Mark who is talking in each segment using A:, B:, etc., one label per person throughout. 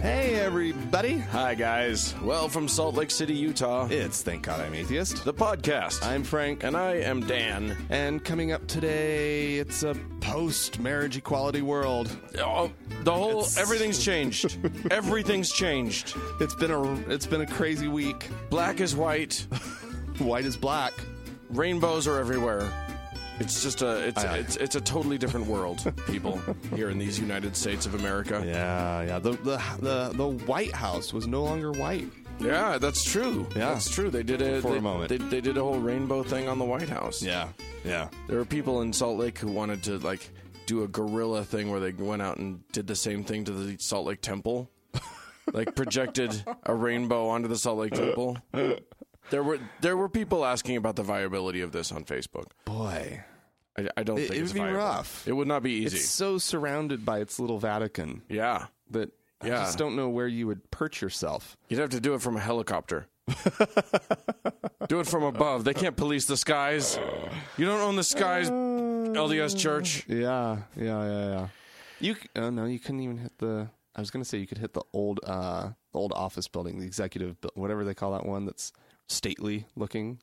A: Hey, everybody.
B: Hi, guys. Well, from Salt Lake City, Utah,
A: It's Thank God I'm Atheist.
B: the podcast.
A: I'm Frank,
B: and I am Dan.
A: and coming up today, it's a post marriage equality world.
B: Oh, the whole everything's changed. everything's changed.
A: It's been a it's been a crazy week.
B: Black is white.
A: White is black.
B: Rainbows are everywhere. It's just a it's
A: Aye, aye.
B: it's it's a totally different world, people here in these United States of America.
A: Yeah, yeah. The the the, the White House was no longer white.
B: Yeah, that's true.
A: Yeah.
B: That's true. They did a
A: For a
B: they,
A: moment.
B: They, they did a whole rainbow thing on the White House.
A: Yeah, yeah.
B: There were people in Salt Lake who wanted to like do a gorilla thing where they went out and did the same thing to the Salt Lake Temple, like projected a rainbow onto the Salt Lake Temple. There were there were people asking about the viability of this on Facebook.
A: Boy,
B: I, I don't
A: It-
B: think
A: it
B: it's
A: would be
B: viable.
A: rough.
B: It would not be easy.
A: it's so surrounded by its little Vatican
B: yeah,
A: that I
B: Yeah.
A: just don't know where you would perch yourself.
B: you'd have to do it from a helicopter. do it from above. They can't police the skies. You don't own the skies,
A: Uh,
B: LDS Church.
A: Yeah, yeah, yeah, yeah. You c- oh no, you couldn't even hit the. I was gonna say you could hit the old, uh, the old office building, the executive, bu- whatever they call that one that's stately looking,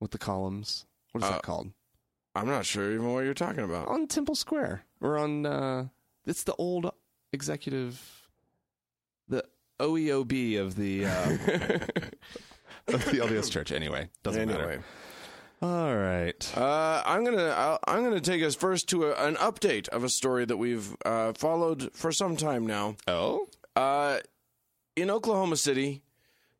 A: with the columns. What is
B: Uh,
A: that called?
B: I'm not sure even what you're talking about.
A: On Temple Square or on? Uh, it's the old executive, the OEOB of the uh, of the LDS Church. Anyway, doesn't
B: anyway.
A: matter. All right.
B: Uh, I'm gonna I'll, I'm gonna take us first to a, an update of a story that we've uh, followed for some time now.
A: Oh,
B: Uh, in Oklahoma City,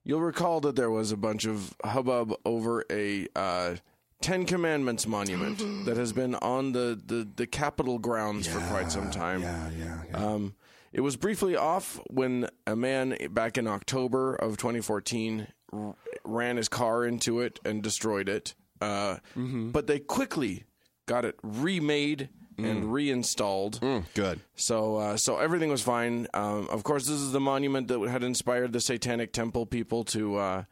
B: you'll recall that there was a bunch of hubbub over a uh, Ten Commandments monument that has been on the the, the Capitol grounds for quite some time.
A: yeah, Uh, yeah, yeah.
B: Um, it was briefly off when a man back in October of 2014 r- ran his car into it and destroyed it. Uh,
A: Mm-hmm.
B: But they quickly got it remade
A: Mm.
B: and reinstalled.
A: good.
B: So, uh, so everything was fine. Um, of course, this is the monument that had inspired the Satanic Temple people to uh,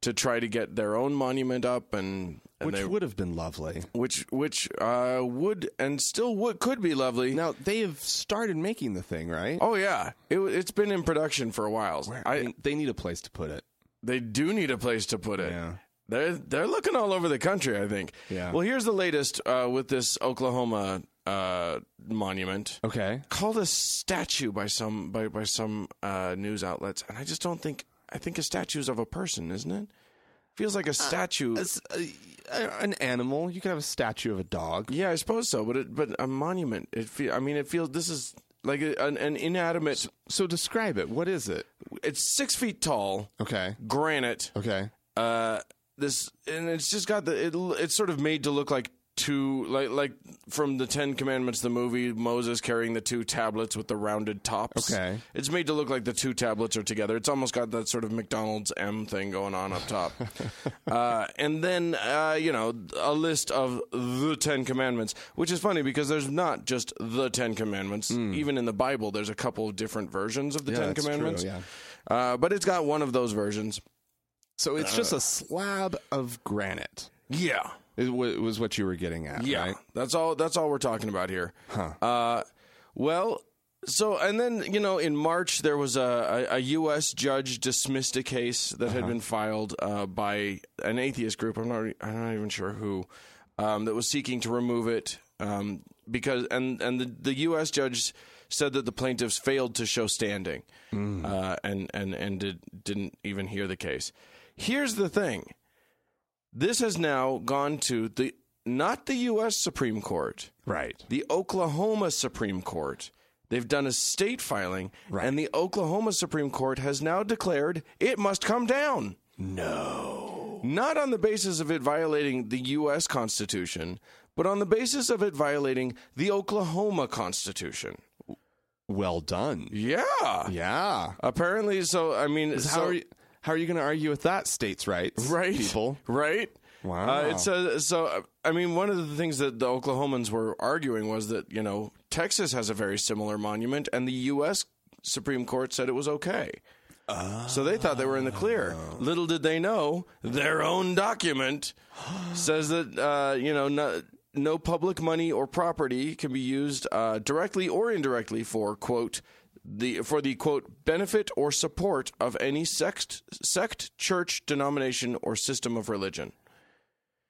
B: to try to get their own monument up, and, and
A: Which
B: they,
A: would have been lovely.
B: which which uh, would and still would could be lovely.
A: Now they have started making the thing, right?
B: Oh yeah, it, it's been in production for a while. I,
A: They- they need a place to put it.
B: they do need a place to put it.
A: Yeah.
B: They're they're looking all over the country. I think.
A: Yeah.
B: Well, here's the latest uh, with this Oklahoma uh, monument.
A: Okay.
B: Called a statue by some by by some uh, news outlets, and I just don't think I think a statue is of a person, isn't it? Feels like a statue.
A: an animal. You could have a statue of a dog.
B: yeah, I suppose so. But it, but a monument. It feel, I mean, it feels this is like a, an, an inanimate.
A: So describe it. What is it?
B: It's six feet tall,
A: Okay.
B: granite.
A: Okay.
B: Uh, this and it's just got the it, it's sort of made to look like two like like from the Ten Commandments the movie Moses carrying the two tablets with the rounded tops.
A: Okay.
B: it's made to look like the two tablets are together. It's almost got that sort of McDonald's M thing going on up top. uh, and then uh, you know a list of the Ten Commandments, which is funny because there's not just the Ten Commandments. Even in the Bible, there's a couple of different versions of the Ten
A: that's true,
B: Commandments.
A: Hmm. yeah.
B: uh, but it's got one of those versions.
A: So it's just a slab of granite.
B: Yeah.
A: It wa- was what you were getting at,
B: Yeah,
A: right?
B: that's all. That's all we're talking about here. Uh, well, so and then you know, in March there was a, a, a U.S. judge dismissed a case that had been filed uh, by an atheist group. I'm not. I'm not even sure who um, that was seeking to remove it um, because and and the, the U.S. judge said that the plaintiffs failed to show standing uh, and and and did, didn't even hear the case. Here's the thing this has now gone to the not the U.S. Supreme Court,
A: Right.
B: the Oklahoma Supreme Court. They've done a state filing, and the Oklahoma Supreme Court has now declared it must come down. No. Not on the basis of it violating the U.S. Constitution, but on the basis of it violating the Oklahoma Constitution.
A: Well done.
B: Yeah.
A: Yeah.
B: Apparently, so, I mean,
A: How
B: so-
A: are you? How are you going to argue with that states' rights,
B: right
A: people?
B: right
A: Wow.
B: uh, it says so uh, i mean one of the things that the oklahomans were arguing was that you know texas has a very similar monument and the us supreme court said it was okay so they thought they were in the clear. Little did they know, their own document says that uh, you know no, no public money or property can be used uh, directly or indirectly for quote the for the quote benefit or support of any sect, sect, church, denomination, or system of religion.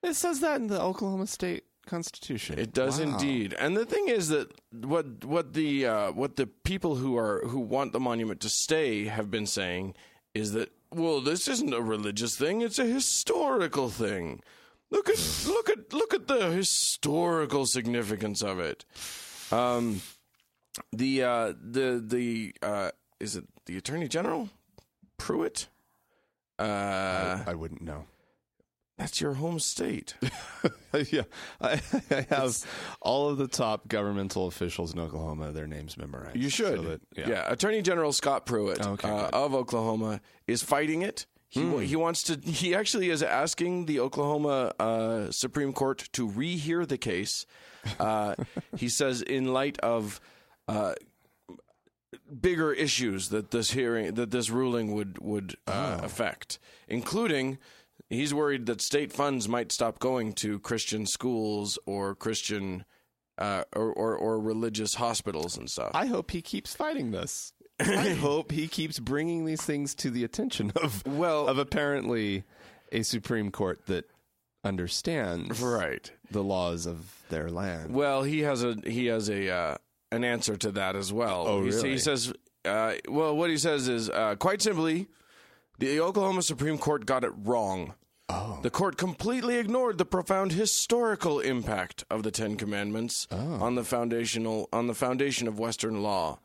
A: It says that in the Oklahoma State Constitution.
B: It does
A: Wow.
B: indeed. And the thing is that what what the uh, what the people who are who want the monument to stay have been saying is that well, this isn't a religious thing; it's a historical thing. Look at look at look at the historical significance of it. Um, the uh, the the uh, is it the Attorney General Pruitt? Uh,
A: I, I wouldn't know.
B: that's your home state.
A: yeah, I, I have all of the top governmental officials in Oklahoma. Their names memorized.
B: You should.
A: So that-
B: yeah. Attorney General Scott Pruitt
A: Okay,
B: uh,
A: good.
B: of Oklahoma is fighting it. He, wa- he wants to. He actually is asking the Oklahoma uh, Supreme Court to rehear the case. Uh, he says, in light of uh, bigger issues that this hearing, that this ruling would would uh, affect, including. He's worried that state funds might stop going to Christian schools or Christian uh, or, or or religious hospitals and stuff.
A: I hope he keeps fighting this. I hope he keeps bringing these things to the attention of
B: Well-
A: of apparently a Supreme Court that understands
B: Right.
A: the laws of their land.
B: Well, he has a he has a uh, an answer to that as well.
A: Oh,
B: He s- He
A: really?
B: says, uh, well, what he says is uh, quite simply, the Oklahoma Supreme Court got it wrong.
A: Oh.
B: The court completely ignored the profound historical impact of the Ten Commandments
A: Oh.
B: on the foundational on the foundation of Western law.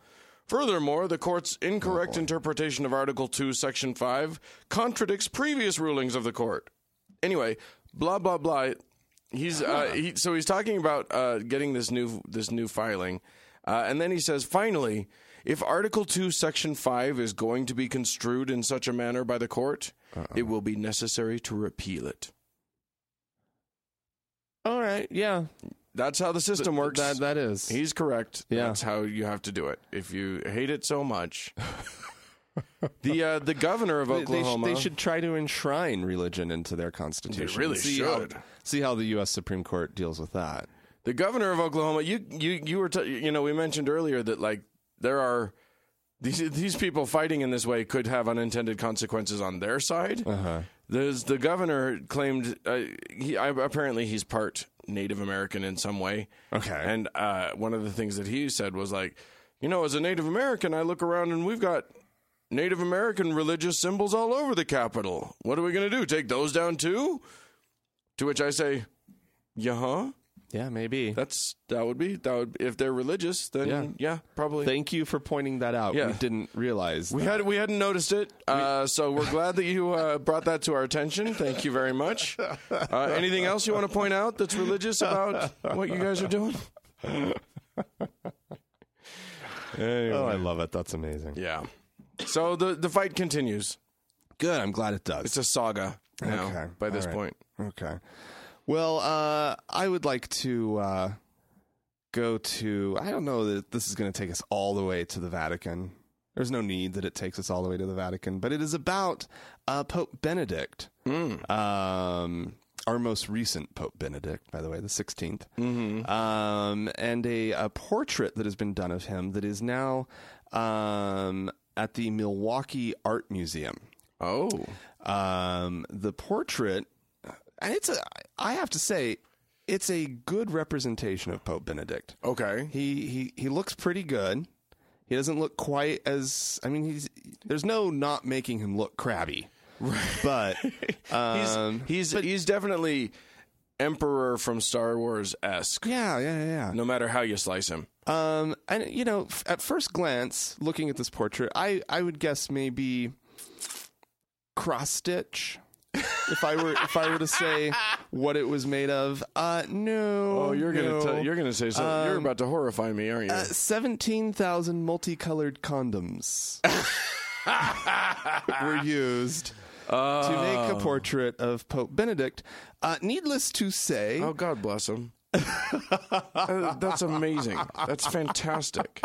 B: Furthermore, the court's
A: Oh,
B: incorrect interpretation of Article 2, Section 5 contradicts previous rulings of the court. Anyway, blah blah blah. He's
A: Ah.
B: uh, he, so he's talking about uh, getting this new this new filing, uh, and then he says, finally, if Article Two, Section Five is going to be construed in such a manner by the court, it will be necessary to repeal it.
A: all right, yeah,
B: That's how the system works.
A: that that is.
B: he's correct.
A: Yeah.
B: That's how you have to do it. If you hate it so much, the uh, the governor of
A: They- they, sh-
B: Oklahoma.
A: they should try to enshrine religion into their constitution.
B: really
A: and see how-
B: should.
A: see how the U.S. Supreme Court deals with that.
B: The governor of Oklahoma, you you you were t- you know we mentioned earlier that like there are these these people fighting in this way could have unintended consequences on their side. Uh-huh. There's the governor claimed uh, he I, apparently he's part Native American in some way.
A: Okay.
B: and uh, one of the things that he said was like, you know, as a Native American, I look around and we've got. Native American religious symbols all over the Capitol. What are we going to do? Take those down too? To which I say, yeah, huh?
A: Yeah, maybe.
B: That's that would be that would if they're religious then yeah,
A: Yeah.
B: probably
A: Thank you for pointing that out.
B: Yeah.
A: We didn't realize.
B: we
A: that.
B: had we hadn't noticed it uh, so we're glad that you uh, brought that to our attention thank you very much uh, anything else you want to point out that's religious about what you guys are doing
A: oh, I love it. That's amazing.
B: yeah so the the fight continues
A: Good. I'm glad it does.
B: it's a saga now
A: Okay.
B: by this
A: All right.
B: point
A: Okay. Well, uh, I would like to uh, go to. I don't know that this is going to take us all the way to the Vatican. There's no need that it takes us all the way to the Vatican, but it is about uh, Pope Benedict, um, our most recent Pope Benedict, by the way, the 16th, um, and a, a portrait that has been done of him that is now um, at the Milwaukee Art Museum
B: oh
A: um, the portrait, and it's a. I have to say, it's a good representation of Pope Benedict.
B: okay
A: He he he looks pretty good. He doesn't look quite as. I mean, he's there's no not making him look crabby, but um,
B: he's he's definitely emperor from Star Wars esque
A: yeah, yeah, yeah.
B: no matter how you slice him
A: Um, and you know, f- at first glance, looking at this portrait, I I would guess maybe cross stitch. if I were if I were to say what it was made of, uh, no.
B: Oh, you're
A: no.
B: gonna tell you're gonna say something. you're about to horrify me, aren't you?
A: Uh, Seventeen thousand multicolored condoms were used to make
B: Oh.
A: a portrait of Pope Benedict. Uh, needless to say,
B: oh, God bless him. that's amazing. That's fantastic.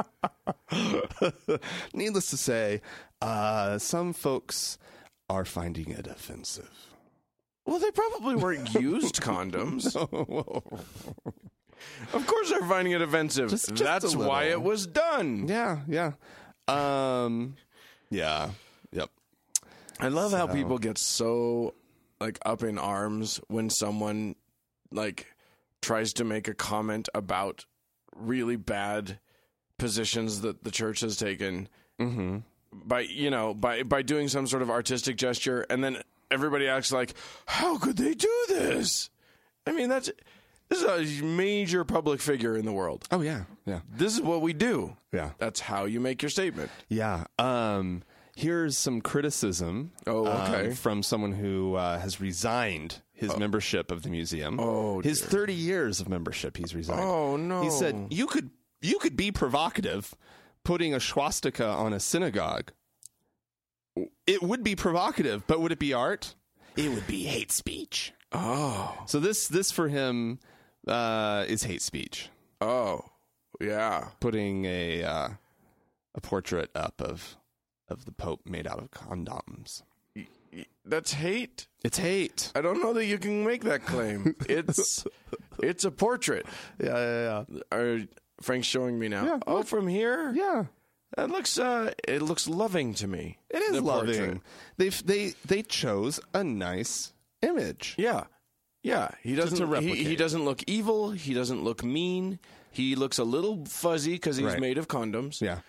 A: needless to say, uh, some folks are finding it offensive.
B: Well, they probably weren't used condoms. Of course, they're finding it offensive.
A: Just- just a
B: that's why
A: little.
B: it was done.
A: Yeah, yeah. Um, yeah. Yep.
B: I love how
A: So-
B: people get so like up in arms when someone like tries to make a comment about really bad positions that the church has taken
A: Mm-hmm.
B: by you know by by doing some sort of artistic gesture and then everybody acts like how could they do this? I mean that's this is a major public figure in the world.
A: Oh yeah. Yeah.
B: This is what we do.
A: Yeah.
B: That's how you make your statement.
A: Yeah. Um, here's some criticism.
B: Oh,
A: um,
B: okay.
A: from someone who uh, has resigned his membership of the museum.
B: Oh,
A: his 30 years of membership, he's resigned.
B: Oh no.
A: He said you could you could be provocative, putting a swastika on a synagogue. It would be provocative, but would it be art? It would be hate speech.
B: "Oh,
A: So this this for him uh, is hate speech.
B: oh, yeah."
A: Putting a uh, a portrait up of of the Pope made out of condoms.
B: That's hate.
A: It's hate.
B: I don't know that you can make that claim. It's it's a portrait.
A: Yeah, yeah, yeah.
B: Or Frank's showing me now.
A: Yeah,
B: oh, from here,
A: Yeah.
B: that looks uh, it looks loving to me.
A: It is
B: the portrait.
A: loving. They they they chose a nice image.
B: Yeah, yeah. He doesn't.
A: to
B: he, he
A: replicate.
B: doesn't look evil. He doesn't look mean. He looks a little fuzzy because he's
A: Right.
B: made of condoms.
A: Yeah.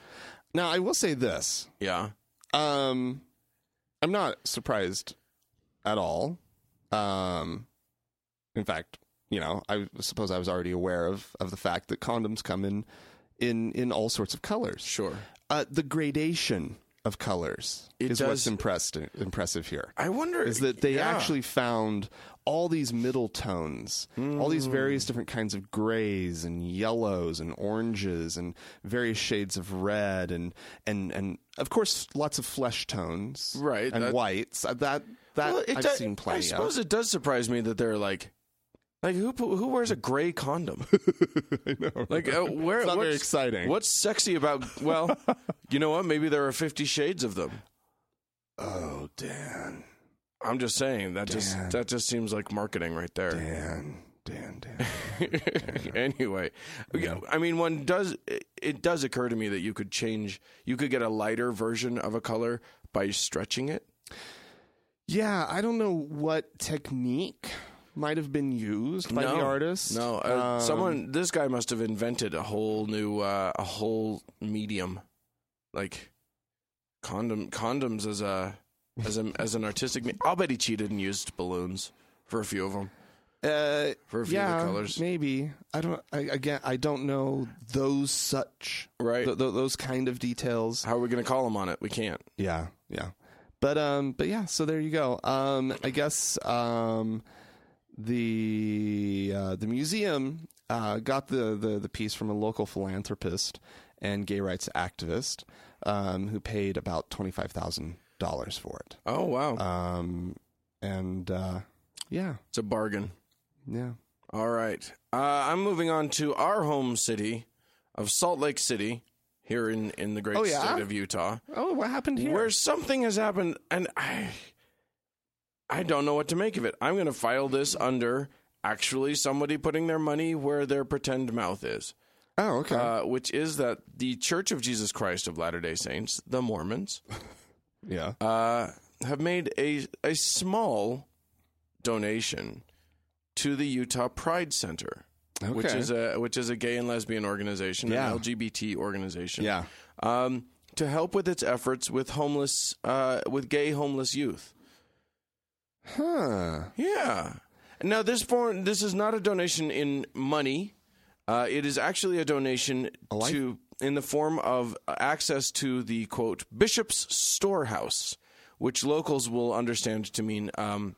A: Now I will say this.
B: Yeah.
A: Um, I'm not surprised at all. Um, in fact, you know, I suppose I was already aware of of the fact that condoms come in in in all sorts of colors.
B: Sure.
A: Uh, the gradation of colors
B: It
A: is
B: does-
A: what's impressed impressive here.
B: I wonder
A: Is that they
B: yeah.
A: actually found all these middle tones, all these
B: Hmm.
A: various different kinds of grays and yellows and oranges and various shades of red and and and of course lots of flesh tones,
B: Right,
A: And
B: that-
A: whites Uh, that that
B: Well, it
A: I've
B: does-
A: seen plenty
B: I suppose it does surprise me that they're like, like who pu- who wears a gray condom? Like uh, where?
A: It's not very
B: what's-
A: exciting.
B: What's sexy about? Well, you know what? Maybe there are Fifty Shades of them.
A: of. Oh, Dan,
B: I'm just saying that just that just seems like marketing right there.
A: Dan, Dan, Dan.
B: anyway, yeah, I mean, one does it, it does occur to me that you could change, you could get a lighter version of a color by stretching it.
A: yeah, I don't know what technique might have been used by the artist.
B: No, uh,
A: Um,
B: someone. This guy must have invented a whole new, uh, a whole medium, like condom condoms as a as a as an artistic. Me- I'll bet he cheated and used balloons for a few of them,
A: Uh,
B: for a few of the colors.
A: Maybe I don't. I, again, I don't know those such
B: Right?
A: th- th- those kind of details.
B: How are we going to call him on it? We can't.
A: Yeah, yeah. But um, but yeah. So there you go. Um, I guess um, the uh, the museum uh, got the, the the piece from a local philanthropist and gay rights activist um, who paid about twenty five thousand dollars for it.
B: Oh wow,
A: Um, and uh, yeah,
B: it's a bargain.
A: yeah.
B: All right, uh, I'm moving on to our home city of Salt Lake City, here in in the great
A: Oh, yeah?
B: state of Utah.
A: Oh, what happened here?
B: where something has happened and i i don't know what to make of it i'm going to file this under actually somebody putting their money where their pretend mouth is
A: oh, okay.
B: uh, which is that the church of jesus christ of latter day saints the mormons
A: yeah.
B: uh, have made a, a small donation to the utah pride center which
A: Okay.
B: is a which is a gay and lesbian organization
A: Yeah.
B: an lgbt organization
A: yeah.
B: um, to help with its efforts with homeless, uh, with gay homeless youth.
A: Huh.
B: Yeah. Now this form, this is not a donation in money. Uh, it is actually a donation
A: A life-
B: to in the form of access to the quote bishop's storehouse, which locals will understand to mean um,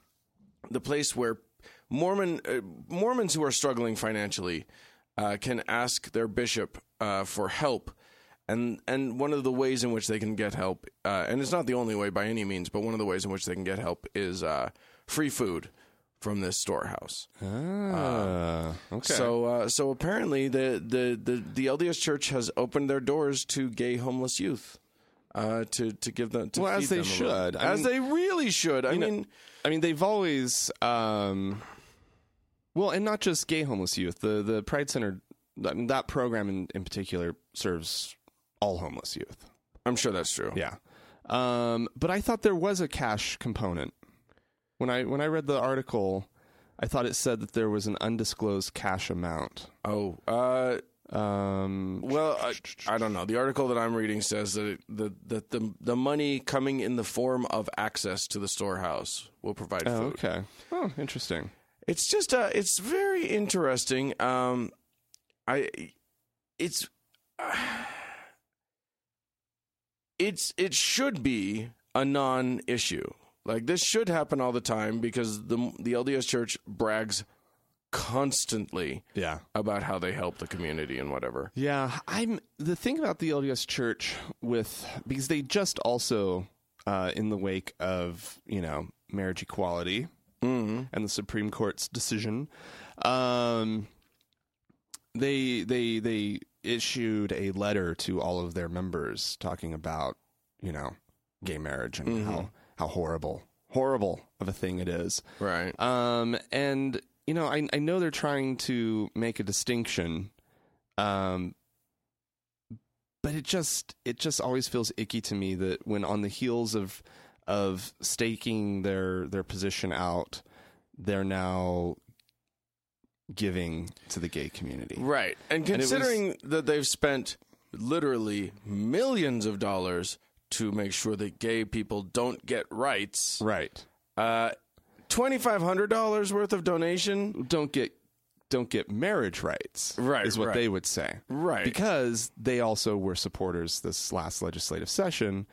B: the place where Mormon uh, Mormons who are struggling financially uh, can ask their bishop uh, for help. And and one of the ways in which they can get help, uh, and it's not the only way by any means, but one of the ways in which they can get help is uh, free food from this storehouse.
A: Ah, okay.
B: So uh, so apparently the, the the the LDS Church has opened their doors to gay homeless youth. Uh, to to give them to
A: Well, as
B: feed
A: they
B: them a little.
A: should. I
B: as
A: mean-
B: they really should. I mean,
A: I mean, they've always, um, well, and not just gay homeless youth. The the Pride Center, I mean, that program in, in particular serves all homeless youth.
B: I'm sure that's true.
A: Yeah. Um, but I thought there was a cash component. When I when I read the article, I thought it said that there was an undisclosed cash amount.
B: Oh, uh,
A: Um,
B: well, I, I don't know. The article that I'm reading says that it, that that the the money coming in the form of access to the storehouse will provide
A: oh,
B: food.
A: okay. Oh, interesting.
B: It's just uh, it's very interesting. Um, I, it's, it's it should be a non-issue. Like this should happen all the time because the the LDS Church brags constantly
A: Yeah.
B: about how they help the community and whatever.
A: Yeah, I'm the thing about the LDS Church with because they just also uh, in the wake of you know marriage equality
B: Mm-hmm.
A: and the Supreme Court's decision, um, they they they issued a letter to all of their members talking about you know gay marriage and how how horrible horrible of a thing it is.
B: Right.
A: Um, and you know, I I know they're trying to make a distinction, um, but it just it just always feels icky to me that when on the heels of of staking their their position out, they're now giving to the gay community.
B: Right. And
A: it was-
B: considering that they've spent literally millions of dollars to make sure that gay people don't get rights,
A: Right.
B: uh, $2,500 worth of donation.
A: Don't get don't get marriage rights.
B: Right,
A: is what
B: right.
A: they would say.
B: Right.
A: because they also were supporters this last legislative session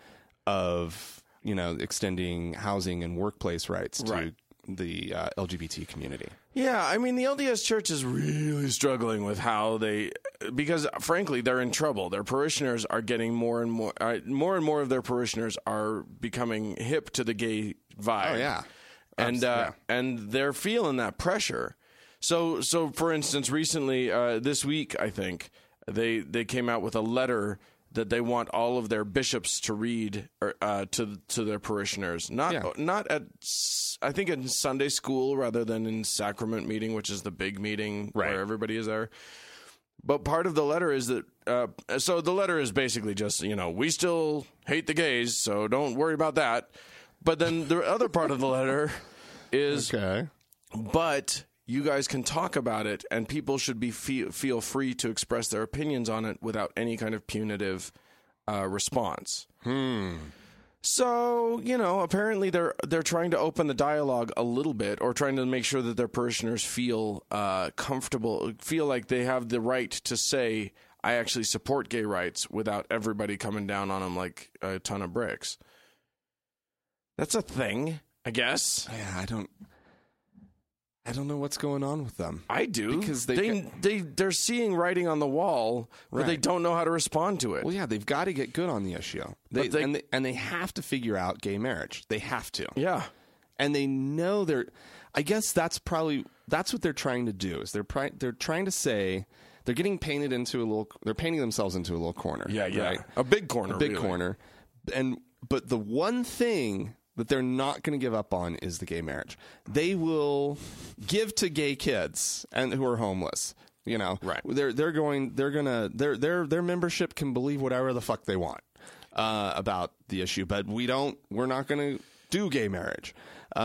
A: of you know extending housing and workplace rights to
B: Right.
A: the uh, LGBT community.
B: yeah. I mean, the LDS Church is really struggling with how they, because frankly, they're in trouble. Their parishioners are getting more and more, uh, more and more of their parishioners are becoming hip to the gay vibe.
A: Oh yeah,
B: and uh, and they're feeling that pressure. So so for instance, recently uh, this week, I think they they came out with a letter that they want all of their bishops to read or, uh, to to their parishioners. Not
A: Yeah.
B: not at s- I think in Sunday school rather than in sacrament meeting, which is the big meeting
A: Right.
B: where everybody is there. But part of the letter is that uh, so the letter is basically just you know we still hate the gays, so don't worry about that. But then the other part of the letter is
A: okay.
B: but you guys can talk about it, and people should be feel, feel free to express their opinions on it without any kind of punitive uh, response. Hmm. So you know, apparently they're they're trying to open the dialogue a little bit, or trying to make sure that their parishioners feel uh, comfortable, feel like they have the right to say, "I actually support gay rights," without everybody coming down on them like a ton of bricks. That's a thing, I guess.
A: Yeah, I don't. I don't know what's going on with them.
B: I do
A: Because they
B: they they, they are seeing writing on the wall, but they
A: Right.
B: don't know how to respond to it.
A: Well, yeah, they've got to get good on the issue. They,
B: they-
A: and they and they have to figure out gay marriage. They have to.
B: yeah,
A: and they know they're i guess that's probably that's what they're trying to do is they're pri- they're trying to say they're getting painted into a little they're painting themselves into a little corner right?
B: a big corner,
A: a big
B: really.
A: corner and but the one thing that they're not going to give up on is the gay marriage they will give to gay kids and who are homeless you know
B: Right.
A: they're they're going they're gonna their their their membership can believe whatever the fuck they want uh, about the issue but we don't we're not gonna do gay marriage um,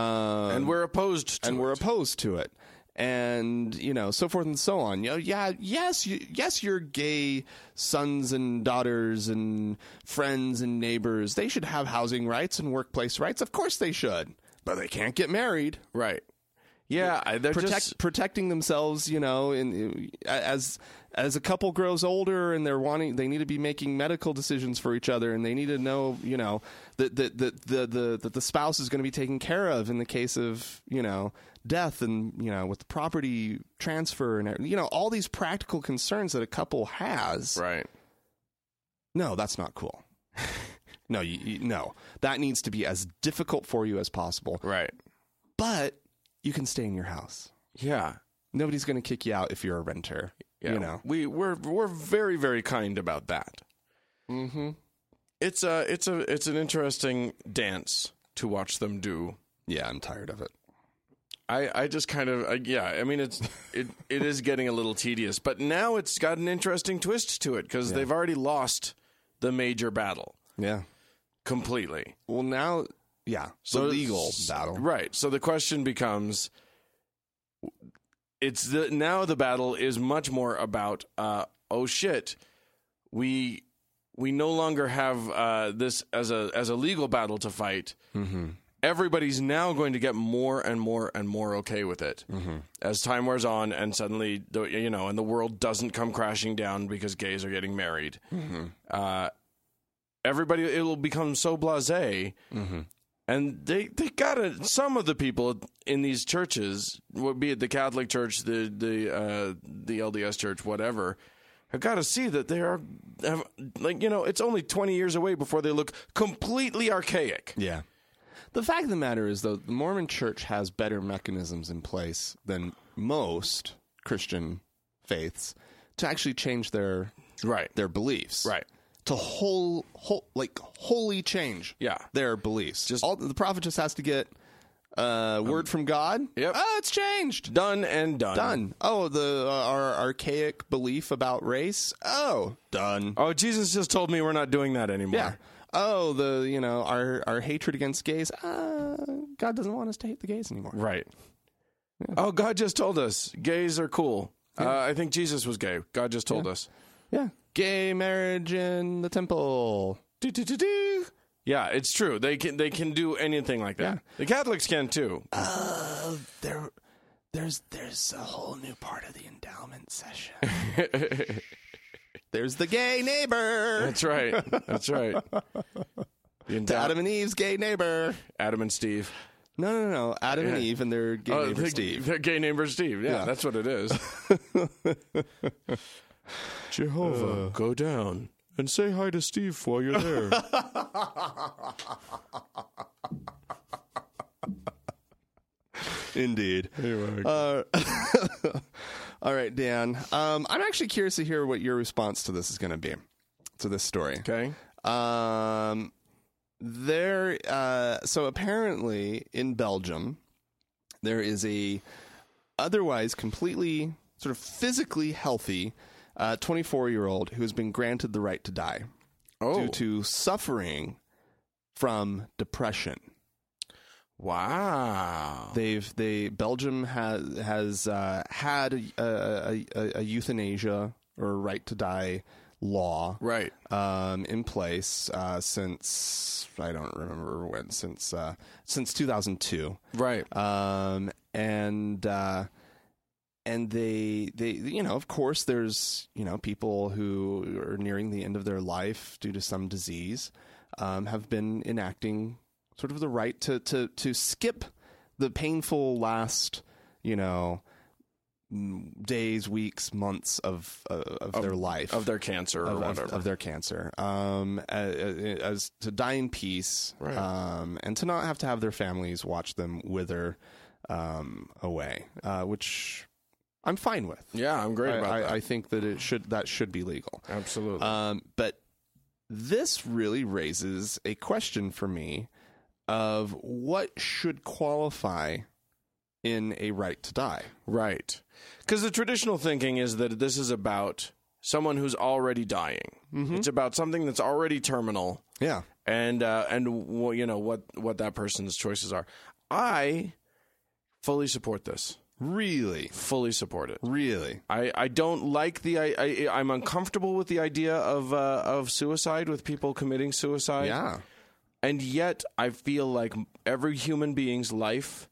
B: and we're opposed to.
A: and
B: it.
A: we're opposed to it and you know so forth and so on you know yeah yes you, yes your gay sons and daughters and friends and neighbors they should have housing rights and workplace rights of course they should but they can't get married
B: right. Yeah, I- they're
A: protect
B: just
A: protecting themselves you know in uh, as as a couple grows older and they're wanting they need to be making medical decisions for each other and they need to know you know that that that the the that the spouse is going to be taken care of in the case of you know death and you know with the property transfer and you know all these practical concerns that a couple has
B: right.
A: no that's not cool no you, you, no that needs to be as difficult for you as possible
B: Right.
A: but you can stay in your house
B: Yeah.
A: nobody's going to kick you out if you're a renter.
B: Yeah.
A: You know.
B: We we're we're very very kind about that.
A: Mm-hmm.
B: It's a it's a it's an interesting dance to watch them do.
A: Yeah, I'm tired of it.
B: I, I just kind of I, yeah I mean it's it it is getting a little tedious but now it's got an interesting twist to it because they've already lost the major battle
A: Yeah.
B: completely.
A: Well, now, yeah. So
B: So-
A: legal battle.
B: Right. So the question becomes it's the now the battle is much more about uh oh shit. We we no longer have uh this as a as a legal battle to fight.
A: Mm-hmm.
B: Everybody's now going to get more and more and more okay with it
A: Mhm.
B: as time wears on, and suddenly the- you know, and the world doesn't come crashing down because gays are getting married. Uh, everybody, it will become so blasé
A: Mm-hmm.
B: and they they gotta some of the people in these churches, wh- be it the Catholic Church, the the uh, the LDS Church, whatever, have got to see that they are have, like you know it's only twenty years away before they look completely archaic.
A: Yeah. The fact of the matter is, though, the Mormon Church has better mechanisms in place than most Christian faiths to actually change their
B: Right,
A: their beliefs.
B: right,
A: To whole, whole like wholly change
B: yeah,
A: their beliefs.
B: Just-
A: all the prophet just has to get uh, word from God.
B: yep.
A: Oh, it's changed.
B: done and done.
A: Done. Oh, the uh, our archaic belief about race. Oh, done.
B: Oh, Jesus just told me we're not doing that anymore.
A: Yeah. Oh, the you know our our hatred against gays. Uh, God doesn't want us to hate the gays anymore.
B: Right. Oh, God just told us gays are cool. Uh, I think Jesus was gay. God just told us.
A: Yeah. Gay marriage in the temple.
B: Do, do, do, do. Yeah, it's true. They can they can do anything like that. The Catholics can too.
A: Uh, there, there's there's a whole new part of the endowment session. there's the gay neighbor.
B: That's right. That's right. The endow-
A: Adam and Eve's gay neighbor.
B: Adam and Steve. Uh,
A: No, no, no. Adam and Eve and their gay neighbor
B: the,
A: Steve.
B: Their gay neighbor Steve. Yeah,
A: Yeah.
B: that's what it is. Jehovah,
A: Uh.
B: go down and say hi to Steve while you're there.
A: Indeed.
B: Anyway.
A: Uh, all right, Dan. Um, I'm actually curious to hear what your response to this is going to be, to this story.
B: okay.
A: Um, there. Uh, so apparently, in Belgium, there is a otherwise completely sort of physically healthy 24 year old who has been granted the right to die
B: Oh,
A: due to suffering from depression.
B: wow.
A: They've they Belgium has has uh, had a, a, a, a euthanasia or right to die law
B: right.
A: um, in place uh, since I don't remember when since uh, since 2002
B: Right.
A: um, and uh, and they they you know of course there's you know people who are nearing the end of their life due to some disease um, have been enacting sort of the right to to to skip the painful last you know m- days weeks months of uh, of, their life
B: Of their cancer or
A: of, of-
B: whatever.
A: of their cancer, um, as, as to die in peace,
B: Right.
A: um, and to not have to have their families watch them wither um, away, uh, which I'm fine with.
B: yeah, I'm great
A: I,
B: about
A: I-
B: that. Uh,
A: I think that it should that should be legal.
B: Absolutely.
A: Um, but this really raises a question for me of what should qualify in a right to die.
B: Right. Because the traditional thinking is that this is about someone who's already dying.
A: Mm-hmm.
B: It's about something that's already terminal,
A: Yeah.
B: and uh, and wh- you know what what that person's choices are. I fully support this.
A: Really.
B: Fully support it.
A: Really.
B: I, I don't like the I, I I'm uncomfortable with the idea of uh, of suicide with people committing suicide.
A: Yeah.
B: And yet I feel like every human being's life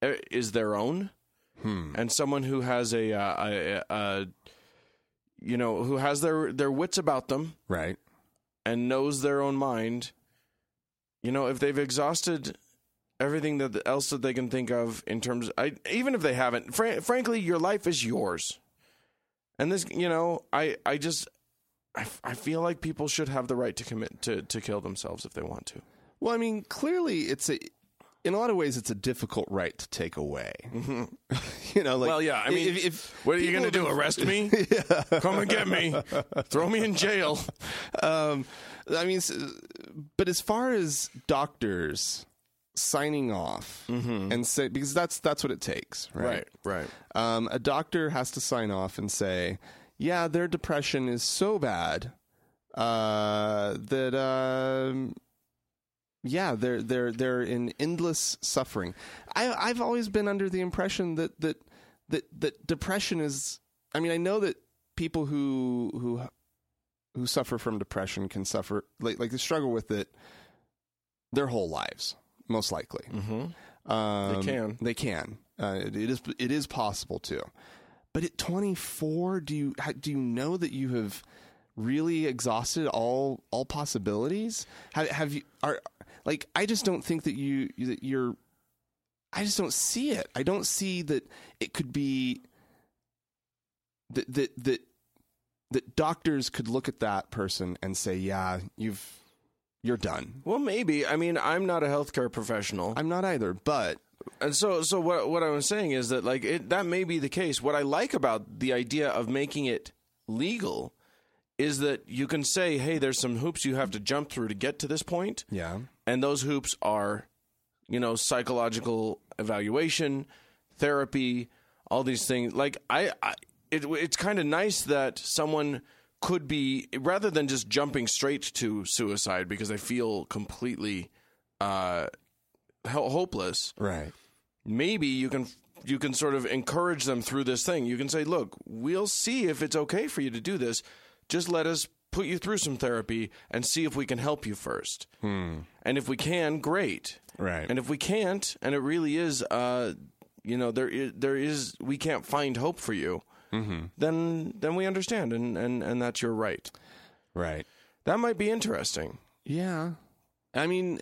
B: uh, is their own.
A: Hmm.
B: and someone who has a, uh, a, a you know who has their their wits about them
A: Right.
B: and knows their own mind you know if they've exhausted everything that else that they can think of in terms I, even if they haven't fr- frankly your life is yours and this you know i i just I, f- I feel like people should have the right to commit to, to kill themselves if they want to.
A: Well, I mean, clearly it's a in a lot of ways it's a difficult right to take away. you know, like
B: Mm-hmm. Well, yeah, I mean,
A: if, if
B: What are you going to
A: people
B: do? Arrest me? Come and get me? Throw me in jail?
A: have- Um, I mean, s- but as far as doctors signing off and say because that's that's what it takes, right?
B: Mm-hmm. right.
A: Um, a doctor has to sign off and say, yeah, their depression is so bad. uh, that um, yeah, they're they're they're in endless suffering. I I've always been under the impression that that that that depression is. I mean, I know that people who who who suffer from depression can suffer like like they struggle with it their whole lives, most likely.
B: Mm-hmm.
A: Um,
B: can.
A: They can. Uh, it, it is. It is possible to. But at 24, do you how, do you know that you have really exhausted all all possibilities? Have, have you are like I just don't think that you that you're. I just don't see it. I don't see that it could be. That that that that doctors could look at that person and say, "Yeah, you've you're done."
B: Well, maybe. I mean, I'm not a healthcare professional.
A: I'm not either, but
B: And so, so what what I was saying is that like it, that may be the case. What I like about the idea of making it legal is that you can say, "Hey, there's some hoops you have to jump through to get to this point,"
A: yeah.
B: and those hoops are, you know, psychological evaluation, therapy, all these things. Like I, I it, it's kind of nice that someone could be rather than just jumping straight to suicide because they feel completely uh, ho- hopeless
A: Right.
B: maybe you can you can sort of encourage them through this thing. You can say, "Look, we'll see if it's okay for you to do this. Just let us put you through some therapy and see if we can help you first.
A: Hmm.
B: And if we can, great.
A: Right.
B: And if we can't, and it really is, uh, you know, there is, there is we can't find hope for you.
A: Mm-hmm.
B: Then then we understand, and, and and that's your right.
A: right.
B: That might be interesting.
A: Yeah. I mean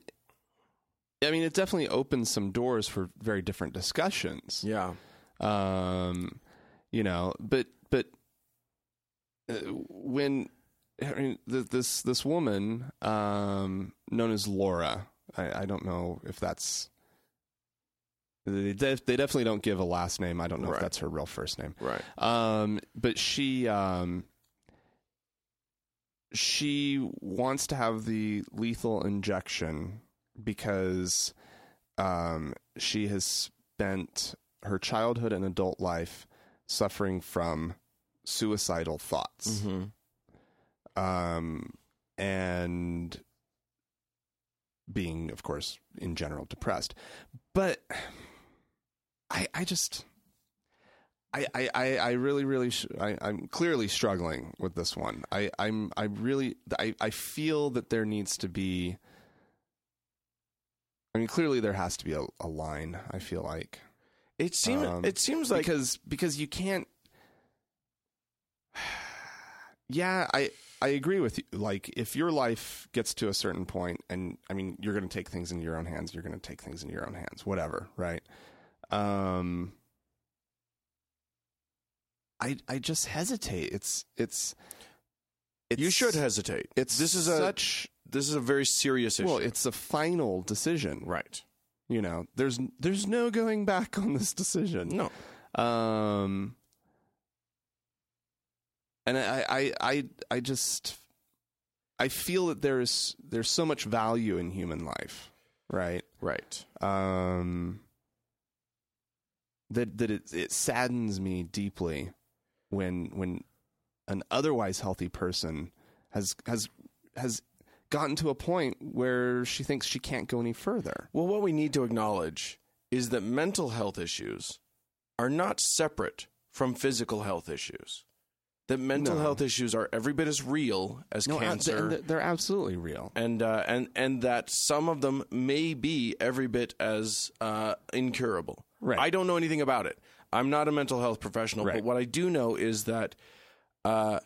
A: I mean it definitely opens some doors for very different discussions.
B: Yeah.
A: Um you know, but but uh, when I mean, th- this this woman um known as Laura, I, I don't know if that's they def- they definitely don't give a last name. I don't know
B: Right.
A: if that's her real first name.
B: Right.
A: Um, but she um, she wants to have the lethal injection because um, she has spent her childhood and adult life suffering from suicidal thoughts.
B: Mm-hmm.
A: Um, and being, of course, in general depressed. But I, I just, I, I, I I really, really, sh- I, I'm clearly struggling with this one. I, I'm, I really, I, I feel that there needs to be. I mean, clearly there has to be a, a line. I feel like
B: It seems
A: Um,
B: it seems like
A: because because you can't yeah i i agree with you like if your life gets to a certain point and i mean you're going to take things into your own hands you're going to take things into your own hands whatever right um i i just hesitate it's it's it's
B: you should hesitate.
A: it's
B: this is a
A: such
B: this is a very serious issue.
A: well it's a final decision
B: right.
A: you know there's there's no going back on this decision
B: No.
A: Um, and I, I, I, I just, I feel that there's there's so much value in human life, right?
B: Right.
A: Um, that that it it saddens me deeply when when an otherwise healthy person has has has gotten to a point where she thinks she can't go any further.
B: Well, what we need to acknowledge is that mental health issues are not separate from physical health issues. That mental
A: No.
B: health issues are every bit as real as
A: No, ab-
B: cancer,
A: and they're- they're absolutely real.
B: and uh, and and that some of them may be every bit as uh, incurable.
A: Right.
B: I don't know anything about it. I'm not a mental health professional,
A: Right.
B: but what I do know is that uh,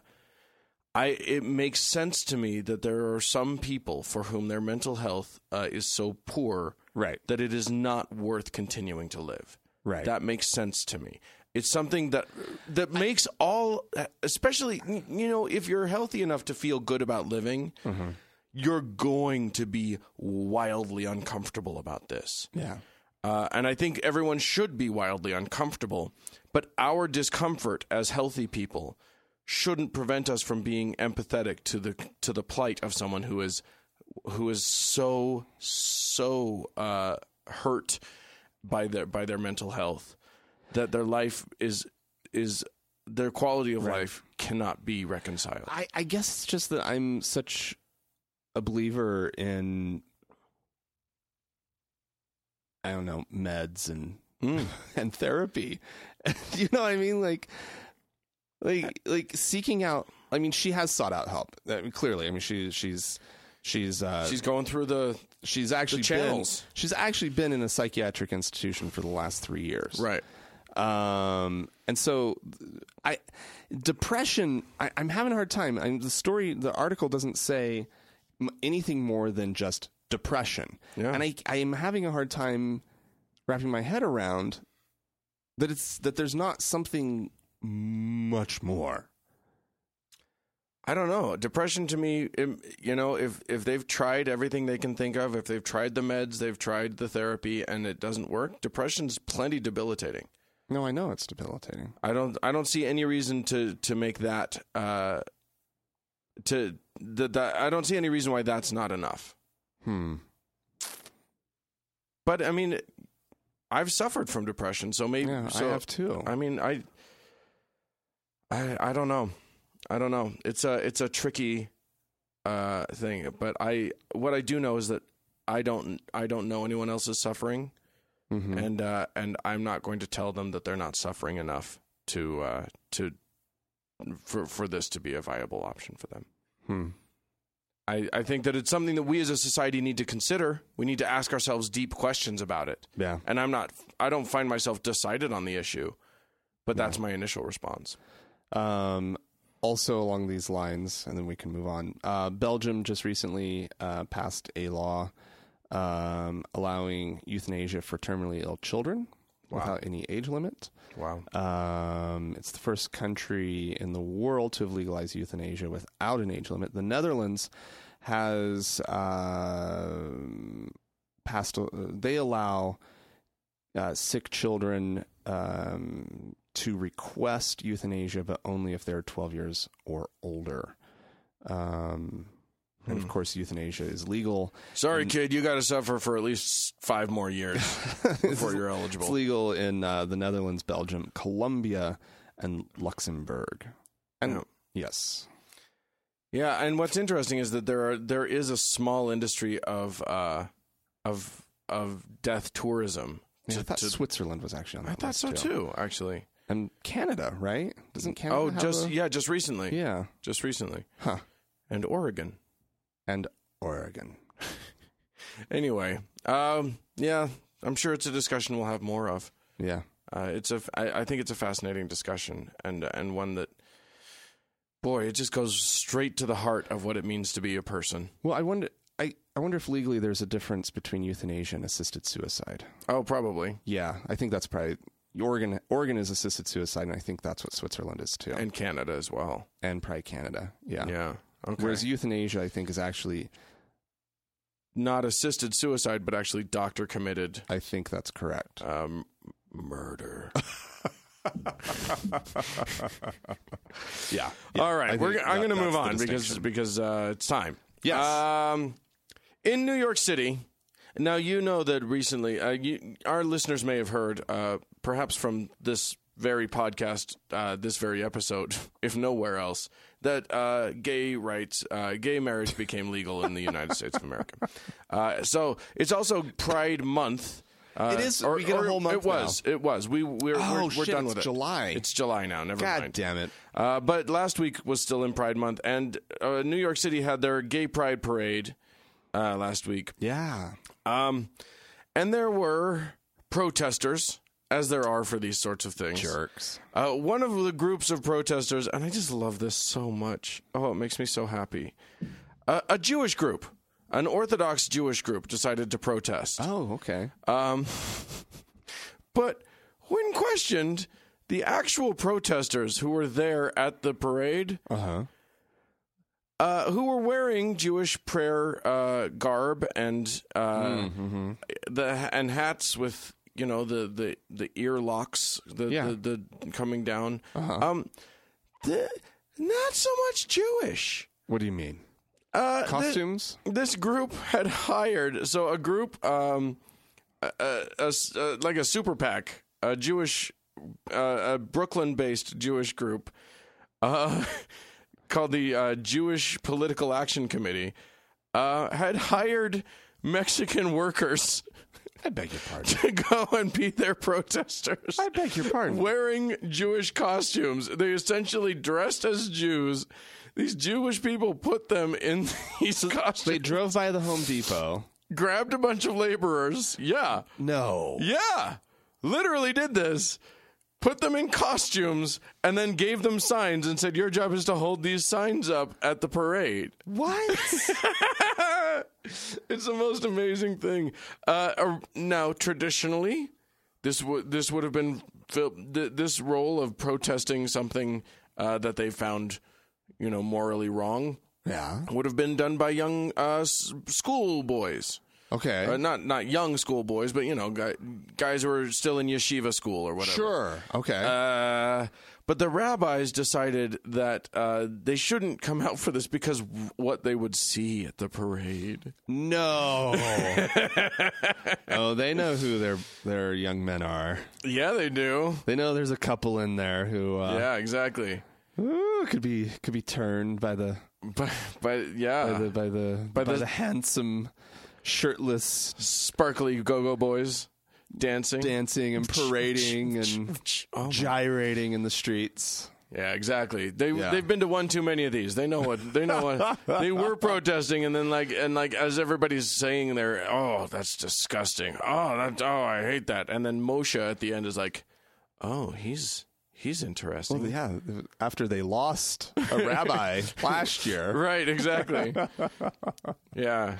B: I it makes sense to me that there are some people for whom their mental health uh, is so poor
A: Right.
B: that it is not worth continuing to live.
A: Right.
B: That makes sense to me. It's something that that makes all, especially you know, if you're healthy enough to feel good about living,
A: Mm-hmm.
B: you're going to be wildly uncomfortable about this.
A: Yeah.
B: Uh, and I think everyone should be wildly uncomfortable, but our discomfort as healthy people shouldn't prevent us from being empathetic to the to the plight of someone who is who is so so uh, hurt by their by their mental health that their life is is their quality of
A: Right.
B: life cannot be reconciled.
A: I, I guess it's just that I'm such a believer in I don't know meds and
B: Mm.
A: and therapy. you know what I mean? Like, like, like seeking out. I mean, she has sought out help. I mean, clearly, I mean, she she's she's uh,
B: She's going through the
A: she's actually been,
B: channels.
A: she's actually been in a psychiatric institution for the last three years
B: right.
A: um and so i depression I, i'm having a hard time i the story the article doesn't say m- anything more than just depression
B: Yeah.
A: and i i am having a hard time wrapping my head around that it's that there's not something much more
B: I don't know. Depression to me, im- you know, if if they've tried everything they can think of, if they've tried the meds, they've tried the therapy, and it doesn't work, depression's plenty debilitating.
A: no i know it's debilitating
B: I don't I don't see any reason to to make that uh to that that I don't see any reason why that's not enough.
A: hmm
B: But I mean, I've suffered from depression, so maybe
A: yeah
B: so
A: i have too
B: I mean, I, I, I don't know. I don't know. It's a it's a tricky uh, thing. But I what I do know is that I don't I don't know anyone else's suffering,
A: Mhm.
B: and uh, and I'm not going to tell them that they're not suffering enough to uh, to for for this to be a viable option for them.
A: hmm.
B: I, I think that it's something that we as a society need to consider. We need to ask ourselves deep questions about it.
A: yeah
B: And I'm not I don't find myself decided on the issue, but that's my initial response.
A: Um, also, along these lines, and then we can move on. Uh, Belgium just recently uh, passed a law um, allowing euthanasia for terminally ill children without any age limit.
B: Wow.
A: Um, it's the first country in the world to have legalized euthanasia without an age limit. The Netherlands has um passed, a- they allow uh, sick children um, to request euthanasia, but only if they're 12 years or older. Um, And
B: Hmm.
A: of course, euthanasia is legal.
B: Sorry, kid, you got to suffer for at least five more years before you're eligible.
A: It's legal in uh, the Netherlands, Belgium, Colombia, and Luxembourg. And
B: Yeah.
A: yes,
B: Yeah, and what's interesting is that there are there is a small industry of uh, of of death tourism.
A: Yeah, I
B: To-
A: thought
B: to-
A: Switzerland was actually on that.
B: I thought
A: list,
B: so too, actually.
A: And Canada, right? Doesn't Canada?
B: Oh,
A: have
B: just
A: a-
B: yeah, just recently,
A: yeah,
B: just recently,
A: huh?
B: and Oregon.
A: And Oregon.
B: Anyway, um, yeah, I'm sure it's a discussion we'll have more of.
A: Yeah,
B: Uh, it's a, f- I, I think it's a fascinating discussion, and and one that, boy, it just goes straight to the heart of what it means to be a person.
A: Well, I wonder. I, I wonder if legally there's a difference between euthanasia and assisted suicide.
B: Oh, probably.
A: Yeah, I think that's probably Oregon. Oregon is assisted suicide, and I think that's what Switzerland is too, and,
B: and Canada as well.
A: probably Canada. Yeah.
B: Yeah. Okay.
A: Whereas euthanasia, I think, is actually.
B: not assisted suicide, but actually doctor committed
A: I think that's correct.
B: um, murder.
A: Yeah.
B: All right,
A: I
B: we're,
A: think
B: I'm
A: that-
B: going to
A: that's
B: move
A: the
B: on because
A: distinction.
B: because uh, it's time.
A: Yes.
B: Um, in New York City. Now you know that recently, uh, you, our listeners may have heard, uh, perhaps from this very podcast, uh, this very episode, if nowhere else, that uh, gay rights, uh, gay marriage became legal in the United States of America. Uh, so it's also Pride Month. Uh,
A: It is- we get a whole month
B: It was. It was. We we're we're,
A: Oh,
B: we're
A: shit,
B: done
A: it's
B: with it.
A: July.
B: It's July now. Never
A: God
B: mind.
A: damn it.
B: Uh, but last week was still in Pride Month, and uh, New York City had their Gay Pride Parade uh, last week.
A: Yeah.
B: Um, and there were protesters, as there are for these sorts of things.
A: Jerks.
B: Uh, one of the groups of protesters, and I just love this so much. Oh, it makes me so happy. Uh, a Jewish group, an Orthodox Jewish group, decided to protest.
A: Oh, okay.
B: Um, but when questioned, the actual protesters who were there at the parade,
A: Uh huh.
B: uh, who were wearing Jewish prayer uh, garb and uh, the and hats with you know the the the ear locks, the
A: Yeah.
B: the, the coming down, um, the, not so much Jewish.
A: What do you mean?
B: Uh, the-
A: Costumes?
B: this group had hired so a group um a, a- a s- uh, like a super pac a jewish uh, a Brooklyn-based Jewish group uh, called the uh, Jewish Political Action Committee uh, had hired Mexican workers
A: I beg your pardon.
B: to go and be their protesters.
A: I beg your pardon.
B: Wearing Jewish costumes. They essentially dressed as Jews. These Jewish people put them in these
A: They
B: costumes,
A: drove by the Home Depot.
B: grabbed a bunch of laborers. Yeah.
A: No.
B: Yeah. Literally did this. Put them in costumes and then gave them signs and said, Your job is to hold these signs up at the parade.
A: What?
B: It's the most amazing thing. Uh, uh, now, traditionally, this would this would have been fil- th- this role of protesting something uh, that they found, you know, morally wrong
A: yeah.
B: would have been done by young uh, s- school boys.
A: Okay.
B: Uh, not not young school boys, but you know, guy, guys who are still in yeshiva school or whatever.
A: sure. Okay.
B: Uh, but the rabbis decided that uh, they shouldn't come out for this because w- what they would see at the parade.
A: no. oh, they know who their their young men are.
B: Yeah, they do.
A: They know there's a couple in there who uh,
B: Yeah, exactly.
A: ooh, could be could be turned by the
B: But, but yeah,
A: by the by the Uh, by,
B: the-
A: the handsome shirtless
B: sparkly go-go boys dancing.
A: dancing and parading and
B: Oh my-
A: gyrating in the streets.
B: yeah, exactly. They
A: Yeah.
B: they've been to one too many of these. They know what they know what they were protesting, and then like and like as everybody's saying, there, oh, that's disgusting. Oh, that oh, I hate that. And then Moshe at the end is like, oh, he's he's interesting.
A: Yeah, after they lost a rabbi last year.
B: Right, exactly. yeah,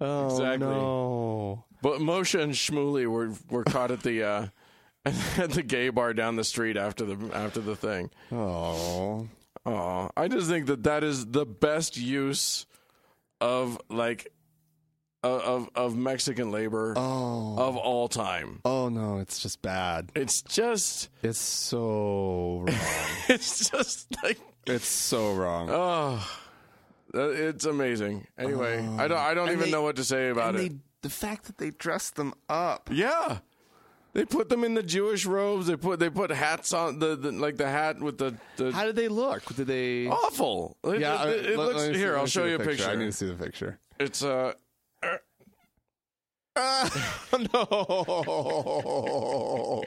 A: Oh
B: Exactly.
A: no.
B: But Moshe and Shmuley were were caught at the uh, at the gay bar down the street after the after the thing.
A: Oh.
B: Oh, I just think that that is the best use of like of of, of Mexican labor
A: Oh.
B: of all time.
A: Oh no, it's just bad.
B: It's just
A: It's so wrong.
B: it's just like
A: it's so wrong.
B: oh. uh, It's amazing. Anyway, I don't. I don't even
A: Oh. they-
B: know what to say about
A: and
B: it.
A: they, the fact that they dressed them up.
B: Yeah. They put them in the Jewish robes. They put they put hats on the, the like the hat with the, the
A: How did they look? Did they?
B: awful. Oh, It,
A: I-
B: it, it
A: uh, let-
B: looks
A: let me see-
B: here.
A: let
B: I'll
A: me see
B: show
A: the
B: you a picture.
A: I need to see the picture.
B: It's uh
A: no.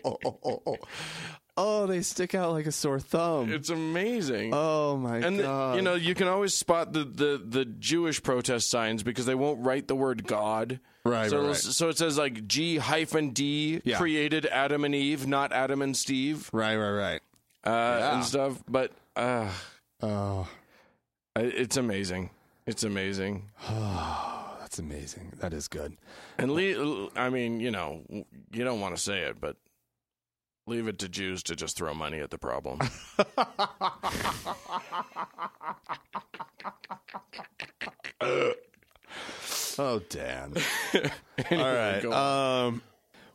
A: oh, they stick out like a sore thumb.
B: it's amazing.
A: oh my
B: and the-
A: god.
B: you know you can always spot the, the the Jewish protest signs because they won't write the word God.
A: Right,
B: So
A: right,
B: it'll-
A: right.
B: so it says like G hyphen D
A: Yeah.
B: created Adam and Eve, not Adam and Steve,
A: right, right, right.
B: uh,
A: Yeah.
B: and stuff. But uh,
A: Oh,
B: I- it's amazing. It's amazing.
A: that's amazing. That is good.
B: And leave, I mean, you know, you don't want to say it, but leave it to Jews to just throw money at the problem.
A: Oh, Dan. All right. Um,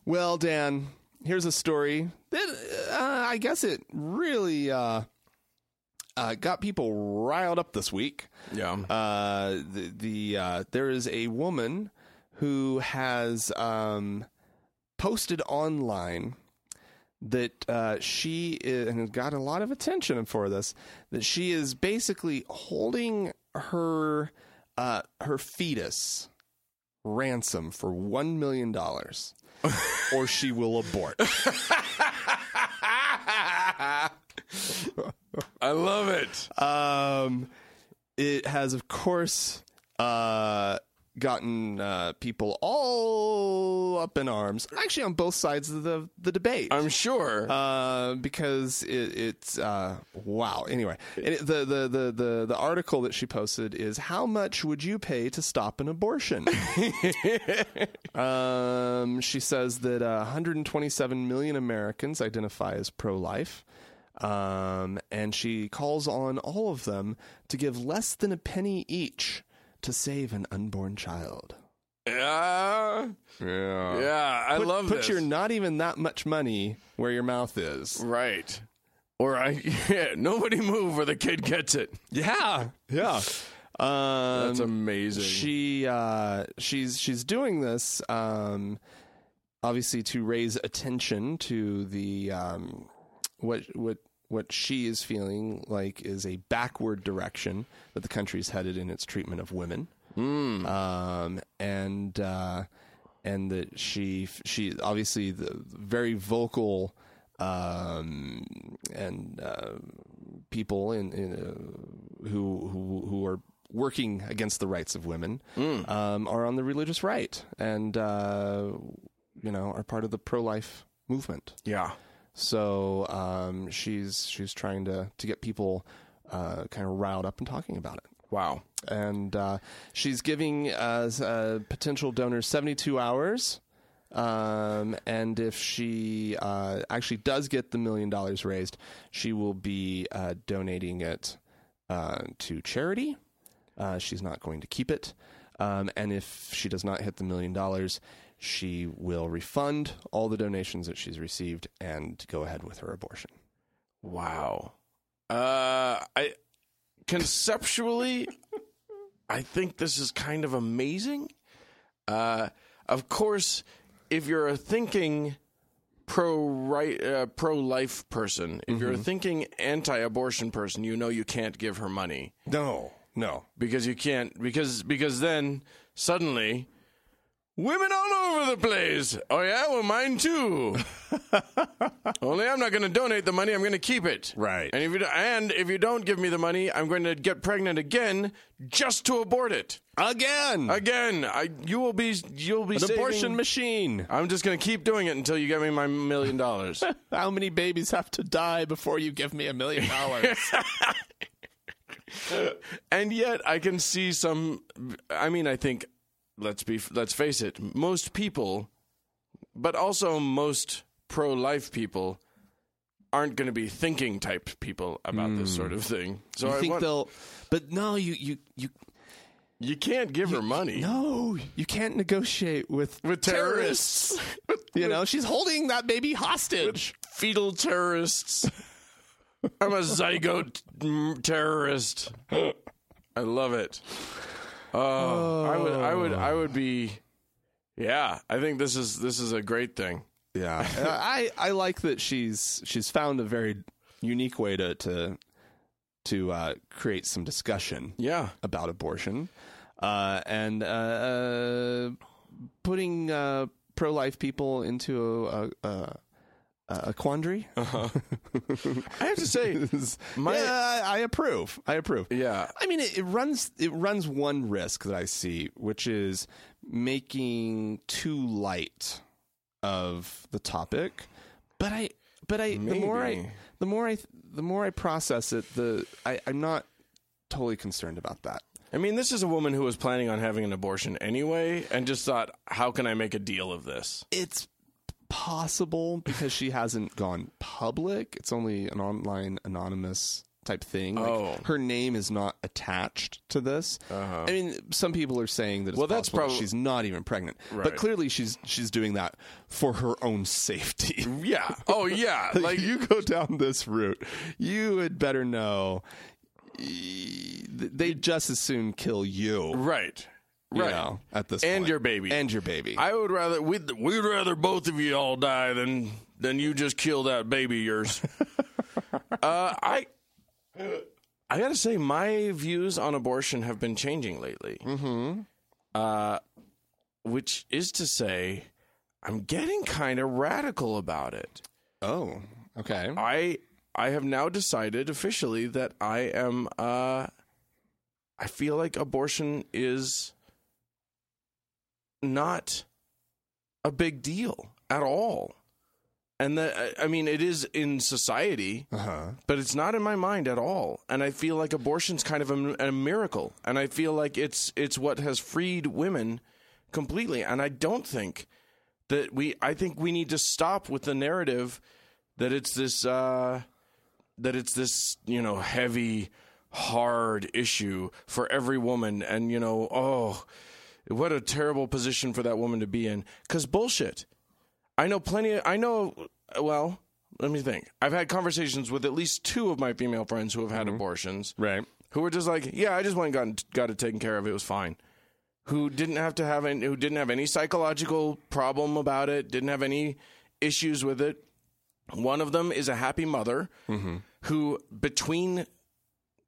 A: well, Dan, here's a story that uh, I guess it really uh, uh, got people riled up this week.
B: yeah.
A: Uh, the the uh, there is a woman who has um, posted online that uh, she is, and got a lot of attention for this that she is basically holding her uh, her fetus ransom for one million dollars. or she will abort.
B: I love it.
A: Um, it has, of course, uh, gotten uh, people all up in arms. Actually, on both sides of the the debate.
B: I'm sure.
A: uh, because it, it's uh, wow. Anyway, and it, the, the the the the article that she posted is how much would you pay to stop an abortion? um, she says that uh, 127 million Americans identify as pro-life, um, and she calls on all of them to give less than a penny each to save an unborn child.
B: yeah.
A: Yeah.
B: Yeah. I
A: Put,
B: love
A: put
B: this.
A: your not even that much money where your mouth is.
B: right. Or I, yeah, nobody move or the kid gets it.
A: Yeah, yeah. Um,
B: That's amazing.
A: she uh, she's she's doing this um, obviously to raise attention to the um, what what what she is feeling like is a backward direction that the country's headed in its treatment of women, um, and uh, and that she she obviously the very vocal um, and uh, people in, in uh, who who who are working against the rights of women um, are on the religious right and uh, you know are part of the pro life movement.
B: Yeah.
A: So um, she's she's trying to to get people uh, kind of riled up and talking about it
B: Wow.
A: and uh, she's giving uh, s- uh, potential donors 72 hours. Um, and if she uh, actually does get the million dollars raised, she will be uh, donating it uh, to charity. Uh, she's not going to keep it. Um, and if she does not hit the million dollars, she will refund all the donations that she's received and go ahead with her abortion.
B: Wow. Uh, I conceptually, I think this is kind of amazing. Uh, of course, if you're a thinking pro right uh, pro life person, if you're a thinking anti-abortion person, you know you can't give her money
A: No, no.
B: because you can't because because then suddenly women all over the place oh yeah well mine too only i'm not going to donate the money i'm going to keep it
A: Right.
B: and if you do- and if you don't give me the money i'm going to get pregnant again just to abort it
A: Again,
B: again I, you will be you'll be
A: an
B: saving-
A: abortion machine.
B: i'm just going to keep doing it until you get me my million dollars
A: How many babies have to die before you give me a million dollars?
B: and yet I can see some. I mean, I think let's be let's face it. Most people, but also most pro-life people, aren't going to be thinking type people about this sort of thing. So
A: Hmm. you
B: I
A: think
B: want,
A: they'll? But no, you you you
B: you can't give her money.
A: no, you can't negotiate with
B: With terrorists,
A: You know, she's holding that baby hostage.
B: fetal terrorists. I'm a zygote mm, terrorist. I love it. Uh, I would, I would, I would be. Yeah, I think this is this is a great thing.
A: Yeah, Uh, I I like that she's she's found a very unique way to to to uh, create some discussion
B: Yeah,
A: about abortion, uh, and uh, uh, putting uh, pro-life people into a a, a, a quandary.
B: Uh-huh. I have to say, my
A: yeah, I, I approve. I approve.
B: Yeah.
A: I mean, it, it runs it runs one risk that I see, which is making too light of the topic. But I, but I, the more
B: Maybe.
A: I, the more I, the more I process it, the I, I'm not totally concerned about that.
B: I mean, this is a woman who was planning on having an abortion anyway, and just thought, how can I make a deal of this?
A: It's possible because she hasn't gone public. It's only an online anonymous type thing. Like,
B: Oh.
A: her name is not attached to this.
B: Uh-huh.
A: I mean, some people are saying that it's
B: Well,
A: that's
B: that's
A: probably
B: prob-
A: she's not even pregnant,
B: Right.
A: but clearly she's she's doing that for her own safety.
B: Yeah. Oh, yeah.
A: like
B: like
A: you go down this route, you had better know e- th- they just as soon kill you,
B: right,
A: you
B: right.
A: know, at this
B: And
A: point.
B: your baby.
A: and your baby.
B: I would rather we'd we'd rather both of you all die than than you just kill that baby of yours. uh, I I gotta say my views on abortion have been changing lately. Mm-hmm. Uh, which is to say, I'm getting kind of radical about it.
A: oh, okay.
B: I I have now decided officially that I am uh I feel like abortion is not a big deal at all. And that I- I mean it is in society,
A: Uh huh.
B: but it's not in my mind at all. And I feel like abortion's kind of a, a miracle. And I feel like it's it's what has freed women completely. And I don't think that we. I think we need to stop with the narrative that it's this uh, that it's this you know heavy, hard issue for every woman. And you know, oh, what a terrible position for that woman to be in. Because bullshit. I know plenty. Of, I know. Well, let me think. I've had conversations with at least two of my female friends who have had abortions,
A: Right.
B: who were just like, "Yeah, I just went and got got it taken care of. It was fine." who didn't have to have any, who didn't have any psychological problem about it, didn't have any issues with it. One of them is a happy mother who between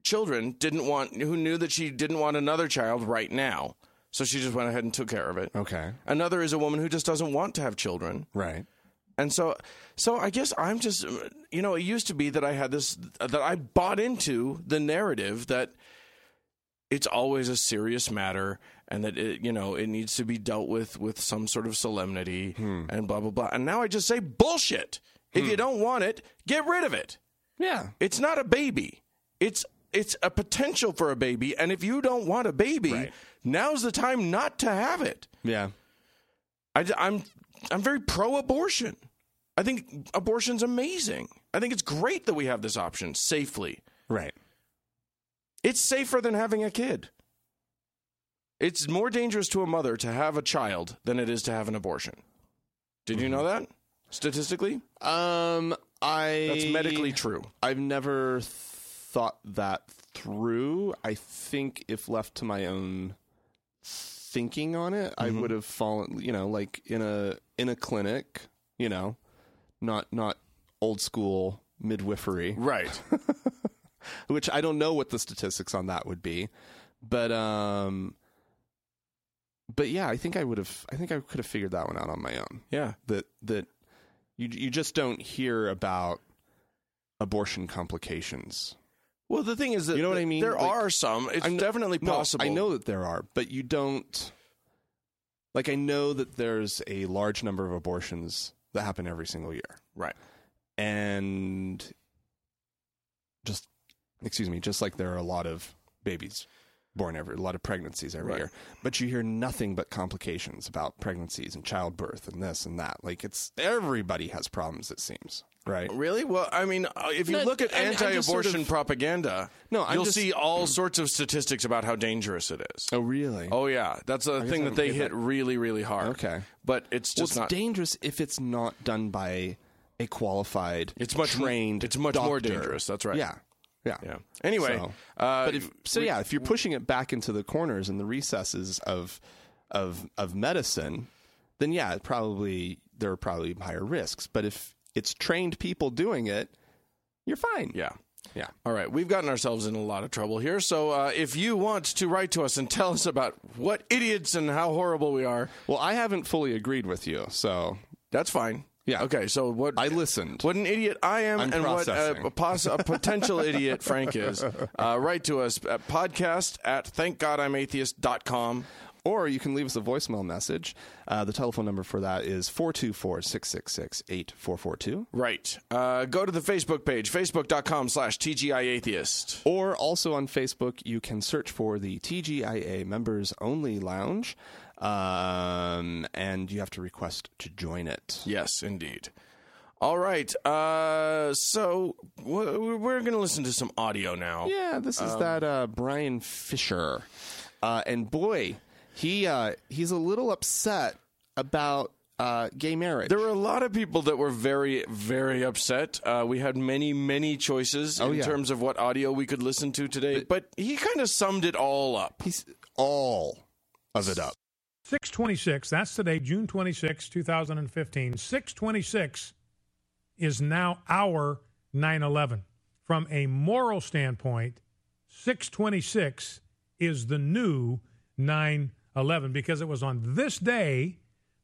B: children didn't want who knew that she didn't want another child right now. So she just went ahead and took care of it.
A: Okay.
B: Another is a woman who just doesn't want to have children.
A: Right.
B: And so, so I guess I'm just, you know, it used to be that I had this, that I bought into the narrative that it's always a serious matter and that it, you know, it needs to be dealt with with some sort of solemnity and blah, blah, blah. And now I just say bullshit. If you don't want it, get rid of it.
A: Yeah.
B: It's not a baby. It's, it's a potential for a baby. And if you don't want a baby,
A: Right.
B: now's the time not to have it.
A: Yeah.
B: I, am I'm very pro-abortion. I think abortion's amazing. I think it's great that we have this option safely.
A: Right.
B: It's safer than having a kid. It's more dangerous to a mother to have a child than it is to have an abortion. Did you know that? Statistically,
A: Um, I
B: that's medically true.
A: I've never thought that through. I think if left to my own thinking on it, I would have fallen, you know, like in a in a clinic, you know, not not old school midwifery,
B: Right.
A: which I don't know what the statistics on that would be. But um but yeah, I think I would have I think I could have figured that one out on my own
B: Yeah.
A: that that you you just don't hear about abortion complications.
B: Well, the thing is that
A: You know what I mean?
B: There
A: Like,
B: are some. It's
A: I'm-
B: definitely
A: No,
B: possible.
A: I know that there are, but you don't. Like I know that there's a large number of abortions that happen every single year,
B: Right.
A: and just excuse me, just like there are a lot of babies born every, a lot of pregnancies every
B: Right.
A: year, but you hear nothing but complications about pregnancies and childbirth and this and that. Like it's everybody has problems. It seems right.
B: Really? Well, I mean, uh, if you
A: No,
B: look at
A: I'm- I'm just
B: anti-abortion
A: sort of-
B: propaganda,
A: No, I'm
B: you'll
A: just-
B: see all sorts of statistics about how dangerous it is.
A: Oh, really?
B: Oh yeah, that's a thing that
A: haven't
B: they
A: paid
B: hit really, really hard.
A: Okay.
B: but it's
A: Well,
B: just
A: it's
B: not.
A: dangerous if it's not done by a qualified,
B: it's much
A: trained.
B: It's much more
A: doctor.
B: dangerous. That's right.
A: Yeah, yeah,
B: Yeah. Anyway,
A: So-
B: uh,
A: But if, so yeah, if you're pushing it back into the corners and the recesses of of of medicine, then yeah, it probably there are probably higher risks. But if it's trained people doing it, you're fine.
B: yeah.
A: Yeah.
B: All right, we've gotten ourselves in a lot of trouble here. So uh, if you want to write to us and tell us about what idiots and how horrible we are,
A: Well, I haven't fully agreed with you, so
B: that's fine.
A: Yeah.
B: Okay. So what?
A: I listened.
B: What an idiot I am,
A: I'm
B: and what
A: processing.
B: a, poss- a potential idiot Frank is. Uh, write to us at podcast at thankgodimatheist.com.
A: Or you can leave us a voicemail message. Uh, the telephone number for that is 424 666 8442.
B: Right. Uh, go to the Facebook page, facebook.com slash TGIAtheist.
A: Or also on Facebook, you can search for the TGIA Members Only Lounge, um, and you have to request to join it.
B: Yes, indeed. All right. Uh, so w- we're going to listen to some audio now.
A: Yeah, this is that uh, Brian Fisher, uh, and boy, he uh, he's a little upset about uh, gay marriage.
B: There were a lot of people that were very, very upset. Uh, we had many, many choices in
A: Oh, yeah.
B: terms of what audio we could listen to today, but he kind of summed it all up.
A: he's all of it up.
C: 626, that's today, June 26, 2015. 626 is now our 9 11. From a moral standpoint, 626 is the new 9 11 because it was on this day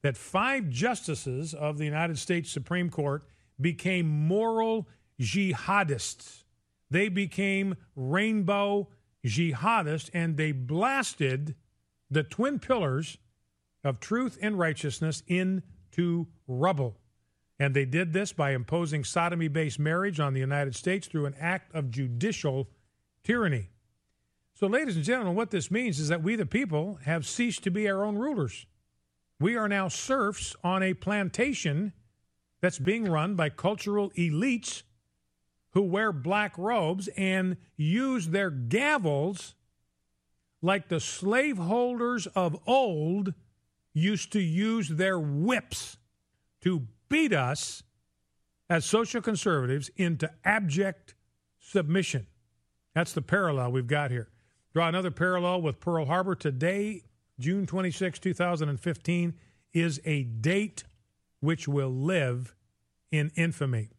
C: that five justices of the United States Supreme Court became moral jihadists. They became rainbow jihadists and they blasted the twin pillars of truth and righteousness into rubble. And they did this by imposing sodomy based marriage on the United States through an act of judicial tyranny. So, ladies and gentlemen, what this means is that we, the people, have ceased to be our own rulers. We are now serfs on a plantation that's being run by cultural elites who wear black robes and use their gavels like the slaveholders of old used to use their whips to beat us as social conservatives into abject submission. That's the parallel we've got here. Draw another parallel with Pearl Harbor. Today, June 26, 2015, is a date which will live in infamy.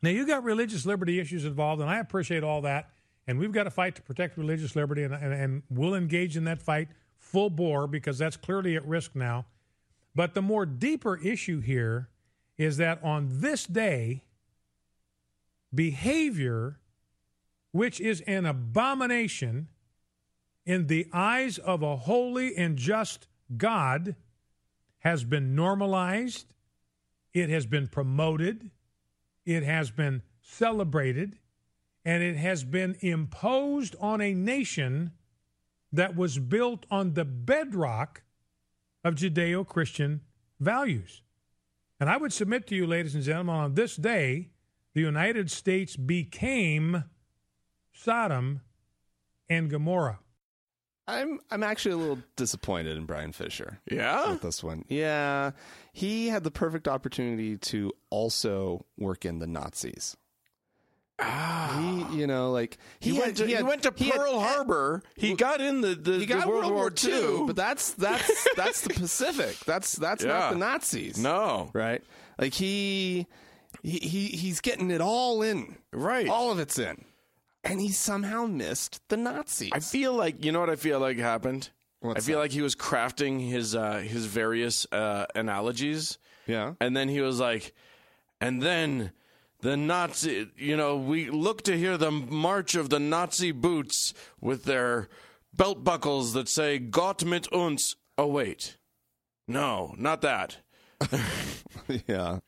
C: Now, you got religious liberty issues involved, and I appreciate all that. And we've got to fight to protect religious liberty, and, and, and we'll engage in that fight full bore because that's clearly at risk now. But the more deeper issue here is that on this day, behavior which is an abomination in the eyes of a holy and just God has been normalized, it has been promoted, it has been celebrated, and it has been imposed on a nation that was built on the bedrock of Judeo Christian values. And I would submit to you, ladies and gentlemen, on this day, the United States became Sodom and Gomorrah.
A: I'm I'm actually a little disappointed in Brian Fisher
B: Yeah.
A: with this one. Yeah, he had the perfect opportunity to also work in the Nazis.
B: Ah.
A: He, you know, like
B: He, went to, he,
A: had-
B: went to
A: he had- e-
B: Pearl Harbor. He got in the, the,
A: He
B: the
A: got
B: World, War
A: II,
B: II.
A: but that's that's that's the Pacific. That's that's
B: Yeah.
A: not the Nazis.
B: no.
A: right? Like he, he he he's getting it all in,
B: Right.
A: all of it's in, and he somehow missed the Nazis.
B: I feel like you know what I feel like happened.
A: What's
B: I feel like he was crafting his uh, his various uh, analogies,
A: yeah,
B: and then he was like, and then the Nazi. You know, we look to hear the march of the Nazi boots with their belt buckles that say "Gott mit uns." Oh wait, no, not that.
A: yeah.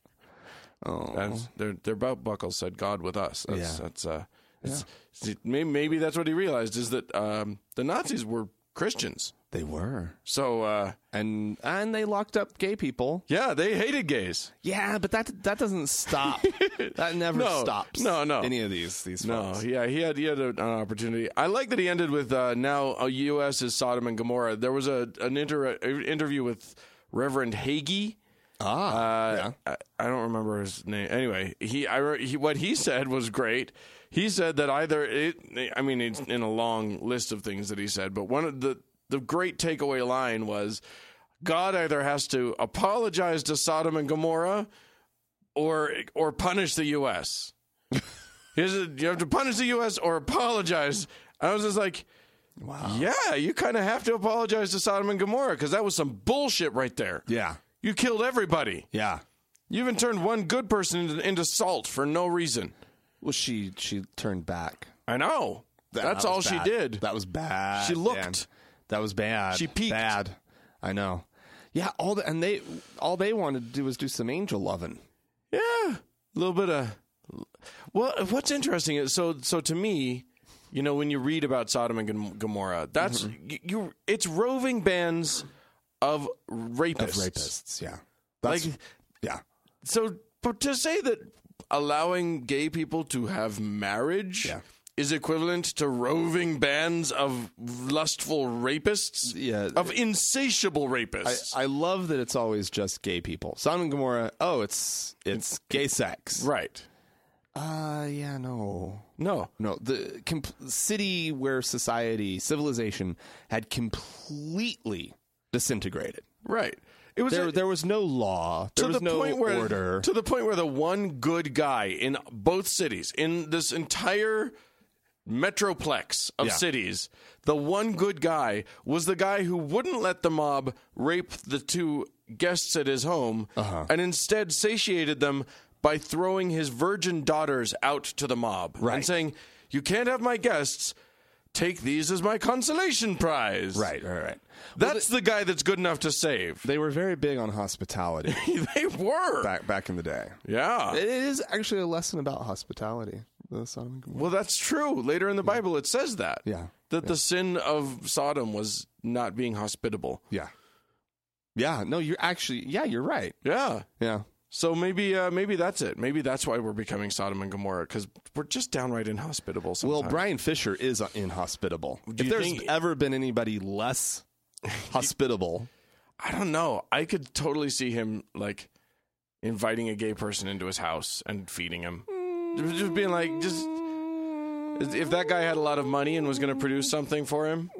A: Oh,
B: That's, their their belt buckles said "God with us." That's
A: Yeah.
B: that's uh, it's, see, may- maybe that's what he realized is that um, the Nazis were Christians.
A: they were,
B: So uh,
A: and and they locked up gay people.
B: yeah, they hated gays.
A: Yeah, but that that doesn't stop. that never
B: No,
A: stops.
B: no, no.
A: Any of these these
B: No,
A: folks.
B: yeah, he had he had a- an opportunity. I like that he ended with uh, now a U.S. is Sodom and Gomorrah. There was a an inter- uh, interview with Reverend Hagee.
A: Ah,
B: Uh,
A: yeah.
B: I, I don't remember his name. Anyway, he, I, re- he what he said was great. He said that either it, I mean, it's in a long list of things that he said, but one of the the great takeaway line was, God either has to apologize to Sodom and Gomorrah, or or punish the U.S. Here's a- you have to punish the U.S. or apologize. I was just like,
A: Wow.
B: yeah, you kind of have to apologize to Sodom and Gomorrah because that was some bullshit right there.
A: Yeah.
B: You killed everybody.
A: Yeah.
B: You even turned one good person into, into salt for no reason.
A: Well, she she turned back.
B: I know.
A: That-
B: That's
A: that
B: all
A: was
B: she
A: bad.
B: did.
A: That was bad.
B: She looked.
A: Dan. That was bad.
B: She peeked.
A: Bad. I know. Yeah, all the, and they all they wanted to do was do some angel loving.
B: yeah, a little bit of. Well, what's interesting is so so to me, you know, when you read about Sodom and Gom- Gomorrah, that's
A: Mm-hmm.
B: you, you. It's roving bands of rapists.
A: Rapists, yeah.
B: Like
A: That's, yeah.
B: so, but to say that allowing gay people to have marriage
A: Yeah.
B: is equivalent to roving bands of lustful rapists,
A: Yeah.
B: of insatiable rapists.
A: I love that it's always just gay people. Sodom and Gomorrah, oh, it's it's gay sex.
B: Right.
A: Uh yeah, no.
B: No.
A: No, the com- city where society, civilization had completely disintegrated.
B: Right. It was
A: There
B: a-
A: there was no law, there
B: to
A: was
B: the
A: no
B: point where
A: order.
B: to the point where the one good guy in both cities in this entire metroplex of
A: Yeah.
B: cities, the one good guy was the guy who wouldn't let the mob rape the two guests at his home
A: Uh-huh.
B: and instead satiated them by throwing his virgin daughters out to the mob and
A: Right.
B: saying, "You can't have my guests." Take these as my consolation prize.
A: right, right, right.
B: That's the guy that's good enough to save.
A: They were very big on hospitality
B: they were.
A: back back in the day.
B: Yeah.
A: It is actually a lesson about hospitality. The Sodom and Gomorrah.
B: Well, that's true. Later in the Bible, it says that.
A: Yeah.
B: That the sin of Sodom was not being hospitable.
A: Yeah. Yeah. No, you're actually. Yeah, you're right.
B: Yeah.
A: Yeah.
B: So maybe uh, maybe that's it. Maybe that's why we're becoming Sodom and Gomorrah because we're just downright inhospitable.
A: Well,
B: Sometimes.
A: Brian Fisher is uh, inhospitable.
B: you
A: If there's
B: think-
A: ever been anybody less hospitable,
B: I don't know. I could totally see him like inviting a gay person into his house and feeding him, just being like, just if that guy had a lot of money and was going to produce something for him.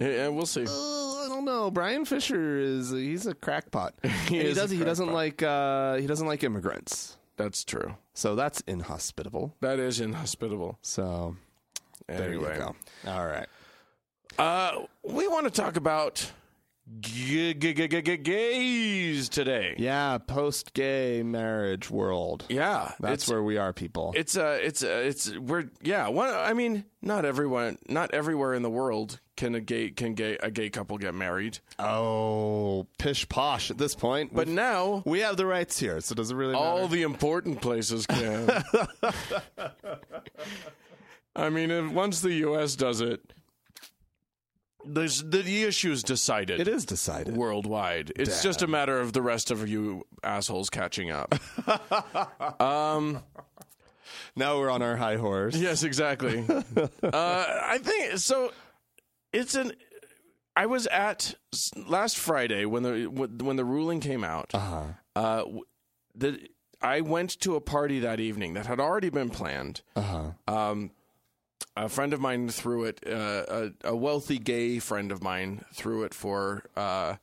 B: Yeah, we'll see.
A: Uh, I don't know. Brian Fisher is he's a crackpot. And he,
B: is a
A: does he doesn't like uh, he doesn't like immigrants.
B: That's true.
A: So that's inhospitable.
B: That is inhospitable.
A: So there
B: anyway.
A: you go. All right.
B: Uh, we want to talk about g- g- g- g- g- gays today.
A: Yeah, post gay marriage world.
B: Yeah,
A: That's
B: it's,
A: where we are, people.
B: it's uh it's uh, it's we're yeah. One, I mean, not everyone, not everywhere in the world can a gay can gay a gay couple get married.
A: oh, pish posh at this point.
B: But
A: We've-
B: now
A: we have the rights here, so does it really matter?
B: all the important places can. I mean, if, once the U.S. does it, there's the, the issue is decided.
A: it is decided.
B: worldwide. It's just a matter of the rest of you assholes catching up.
A: now we're on our high horse.
B: yes, exactly. uh, I think so. It's an. I was at s- last Friday when the when the ruling came out. Uh-huh. Uh w- the I went to a party that evening that had already been planned. Uh-huh. Um, a friend of mine threw it. Uh, a, a wealthy gay friend of mine threw it for uh,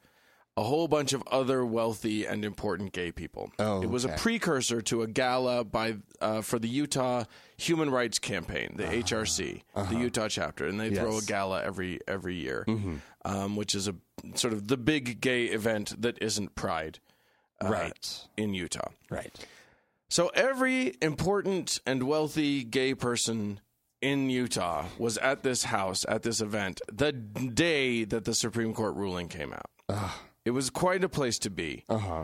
B: a whole bunch of other wealthy and important gay people.
A: Oh,
B: it was a
A: okay.
B: precursor to a gala by uh, for the Utah Human Rights Campaign, the HRC, the Utah chapter, and they
A: Uh-huh.
B: throw a
A: Yes. Mm-hmm.
B: gala every every year, um, which is a sort of the big gay event that isn't Pride, uh,
A: Right.
B: in Utah.
A: Right.
B: So every important and wealthy gay person in Utah was at this house at this event the day that the Supreme Court ruling came out. It was quite a place to be.
A: Uh huh.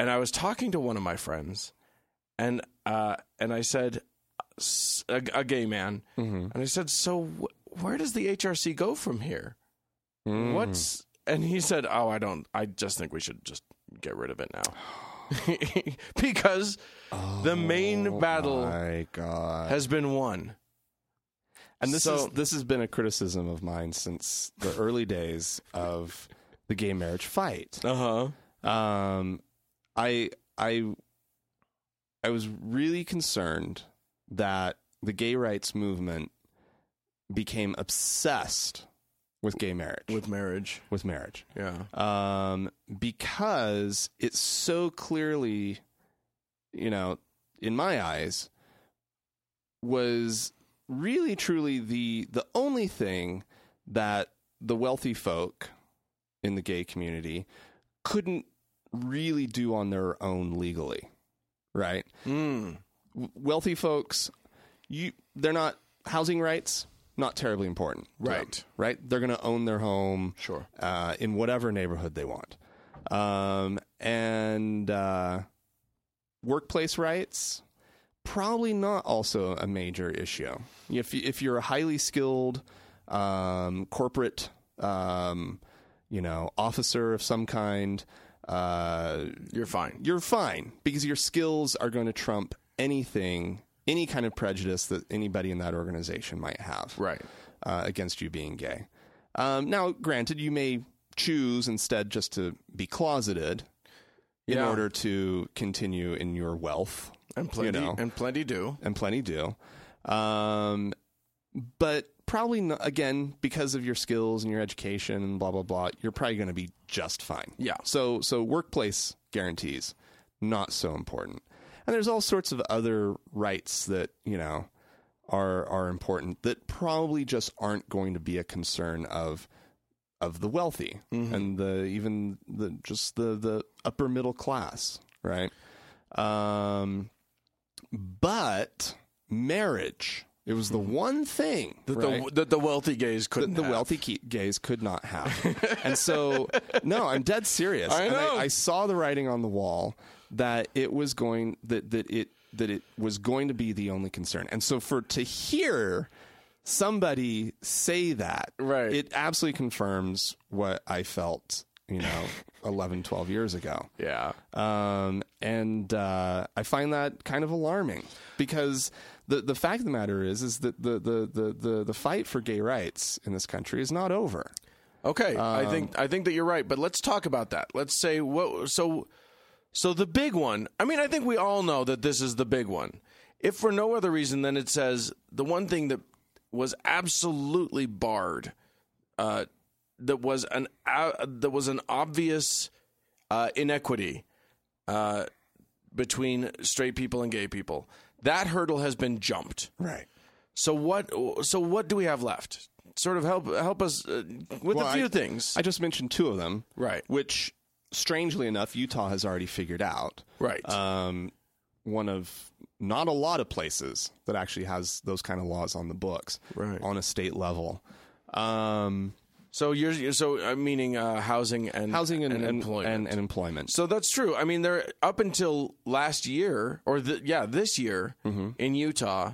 B: And I was talking to one of my friends, and uh, and I said, s- a, a gay man,
A: Mm-hmm.
B: and I said, so wh- where does the HRC go from here?
A: Mm.
B: What's and he said, oh, I don't. I just think we should just get rid of it now, because the main battle
A: Oh My God.
B: has been won.
A: And this
B: So-
A: is this has been a criticism of mine since the early days of the gay marriage fight.
B: Uh huh.
A: Um, I I I was really concerned that the gay rights movement became obsessed with gay marriage
B: With marriage,
A: with marriage
B: yeah.
A: um, because it so clearly, you know, in my eyes, was really truly the the only thing that the wealthy folk in the gay community couldn't really do on their own legally, right?
B: Mm.
A: w- wealthy folks, you they're not housing rights not terribly important, to them,
B: Right.
A: right? They're going to own their home,
B: Sure.
A: uh, in whatever neighborhood they want, um, and uh, workplace rights probably not also a major issue. If you, if you're a highly skilled um, corporate, um, you know, officer of some kind. Uh,
B: You're fine.
A: you're fine because your skills are going to trump anything, any kind of prejudice that anybody in that organization might have
B: Right.
A: uh, against you being gay. Um, now, granted, you may choose instead just to be closeted in
B: Yeah.
A: order to continue in your wealth,
B: And plenty.
A: you know,
B: And plenty do.
A: and plenty do. Um, but probably not, again because of your skills and your education and blah blah blah, you're probably going to be just fine.
B: Yeah.
A: So so workplace guarantees not so important, and there's all sorts of other rights that you know are are important that probably just aren't going to be a concern of of the wealthy
B: Mm-hmm.
A: and the even the just the the upper middle class, right? Um, but marriage. It was the one thing
B: Mm-hmm. That
A: right?
B: the that the wealthy gays couldn't.
A: the
B: have.
A: wealthy ke- gays could not have. and so, no, I'm dead serious.
B: I
A: And
B: know.
A: I, saw the writing on the wall that it was going that that it that it was going to be the only concern. And so, for to hear somebody say that,
B: Right.
A: it absolutely confirms what I felt, you know, 11, 12 years ago.
B: Yeah.
A: Um, and uh, I find that kind of alarming because the, the fact of the matter is is that the, the, the, the, the fight for gay rights in this country is not over.
B: Okay, I
A: Um,
B: think I think that you're right, but let's talk about that. Let's say what so so the big one. I mean, I think we all know that this is the big one. If for no other reason than it says the one thing that was absolutely barred uh, that was an uh, that was an obvious uh, inequity uh, between straight people and gay people. That hurdle has been jumped.
A: Right.
B: So what? So what do we have left? Sort of help help us uh, with
A: Well,
B: a few
A: I-
B: things.
A: I just mentioned two of them.
B: right.
A: Which, strangely enough, Utah has already figured out.
B: Right.
A: Um, one of not a lot of places that actually has those kind of laws on the books
B: Right.
A: on a state level. Um,
B: so you're you're- so uh, meaning uh, housing and
A: housing and, and,
B: employment.
A: and, and employment.
B: so that's true. I mean, there up until last year, or the, yeah, this year in Utah,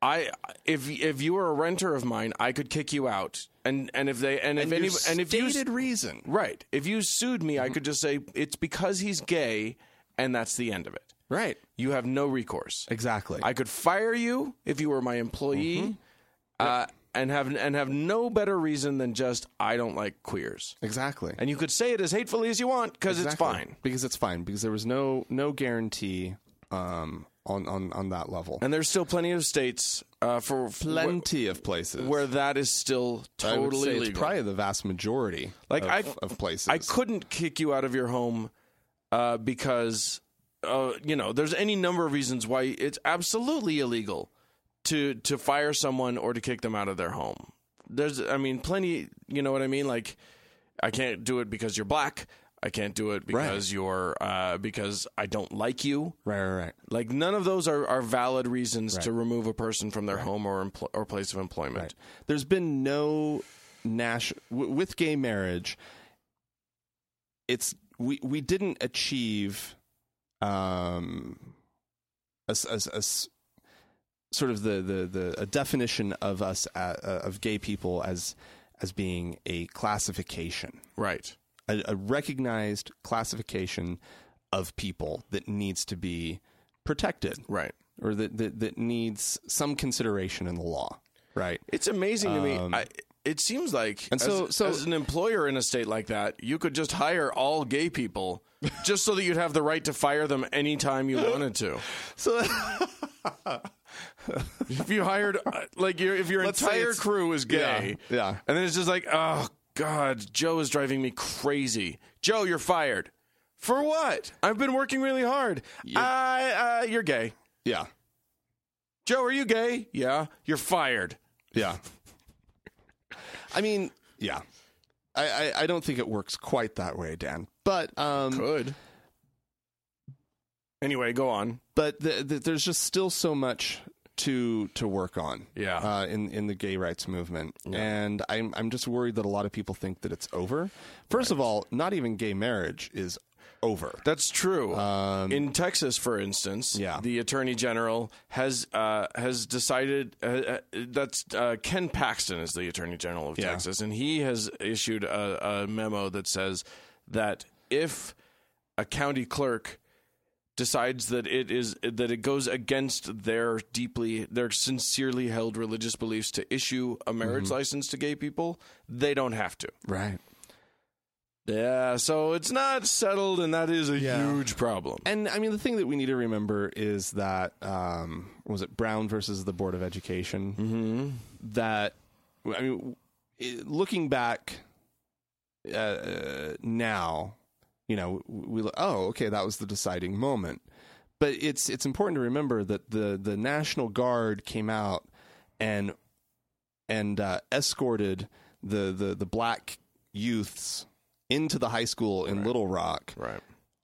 B: I if if you were a renter of mine, I could kick you out, and and if they and, if any and if you Mm-hmm.
A: stated reason,
B: right, if you sued me, I could just say it's because he's gay, and that's the end of it.
A: right?
B: You have no recourse.
A: Exactly.
B: I could fire you if you were my employee,
A: Mm-hmm.
B: uh, and have and have no better reason than just I don't like queers.
A: exactly.
B: And you could say it as hatefully as you want because
A: Exactly.
B: it's fine.
A: because it's fine because there was no no guarantee um, on on on that level.
B: And there's still plenty of states uh, for where,
A: Plenty of places
B: where that is still
A: I would
B: totally
A: say
B: legal.
A: It's probably the vast majority.
B: Like,
A: of,
B: I've-
A: of places.
B: I couldn't kick you out of your home uh, because uh, you know there's any number of reasons why it's absolutely illegal to to fire someone or to kick them out of their home. There's, I mean, plenty. You know what I mean? Like, I can't do it because you're black. I can't do it because you're uh, because I don't like you.
A: Right, right, right.
B: Like none of those are, are valid reasons to remove a person from their home or empl- or place of employment.
A: Right. There's been no national w- with gay marriage. It's we we didn't achieve, um, a, s- a s- a s- sort of the the the a definition of us uh, uh, of gay people as as being a classification,
B: Right.
A: a, a recognized classification of people that needs to be protected.
B: Right.
A: or that, that that needs some consideration in the law, right?
B: It's amazing to
A: Um,
B: me. I, it seems like
A: and
B: and
A: so-
B: so,
A: so-
B: as an employer in a state like that, you could just hire all gay people just so that you'd have the right to fire them anytime you wanted to.
A: So
B: If you hired uh, like your if your
A: Let's say
B: entire
A: it's-
B: crew is gay,
A: Yeah, yeah.
B: and then it's just like, oh god, Joe is driving me crazy. Joe, you're fired. For what? I've been working really hard. I, uh, you're gay.
A: yeah,
B: Joe, are you gay? Yeah. You're fired.
A: yeah. I mean, yeah. I, I I don't think it works quite that way, Dan. But um,
B: Good. Anyway, go on.
A: but the, the, there's just still so much to to work on.
B: Yeah.
A: Uh, in in the gay rights movement, and I'm I'm just worried that a lot of people think that it's over. First of all, not even gay marriage is over.
B: That's true. In Texas, for instance,
A: Um, Yeah.
B: the attorney general has uh, has decided uh, uh, that's uh, Ken Paxton is the attorney general of
A: Yeah.
B: Texas, and he has issued a, a memo that says that if a county clerk decides that it is that it goes against their deeply their sincerely held religious beliefs to issue a marriage
A: Mm-hmm.
B: license to gay people, they don't have to.
A: Right.
B: Yeah, so it's not settled, and that is a
A: Yeah.
B: huge problem.
A: And I mean, the thing that we need to remember is that um, was it Brown versus the Board of Education? Mm-hmm. That I mean, it- looking back uh, now, you know, we look, oh, okay, that was the deciding moment. But it's it's important to remember that the the National Guard came out and and uh, escorted the, the the black youths into the high school in Little Rock
B: Right.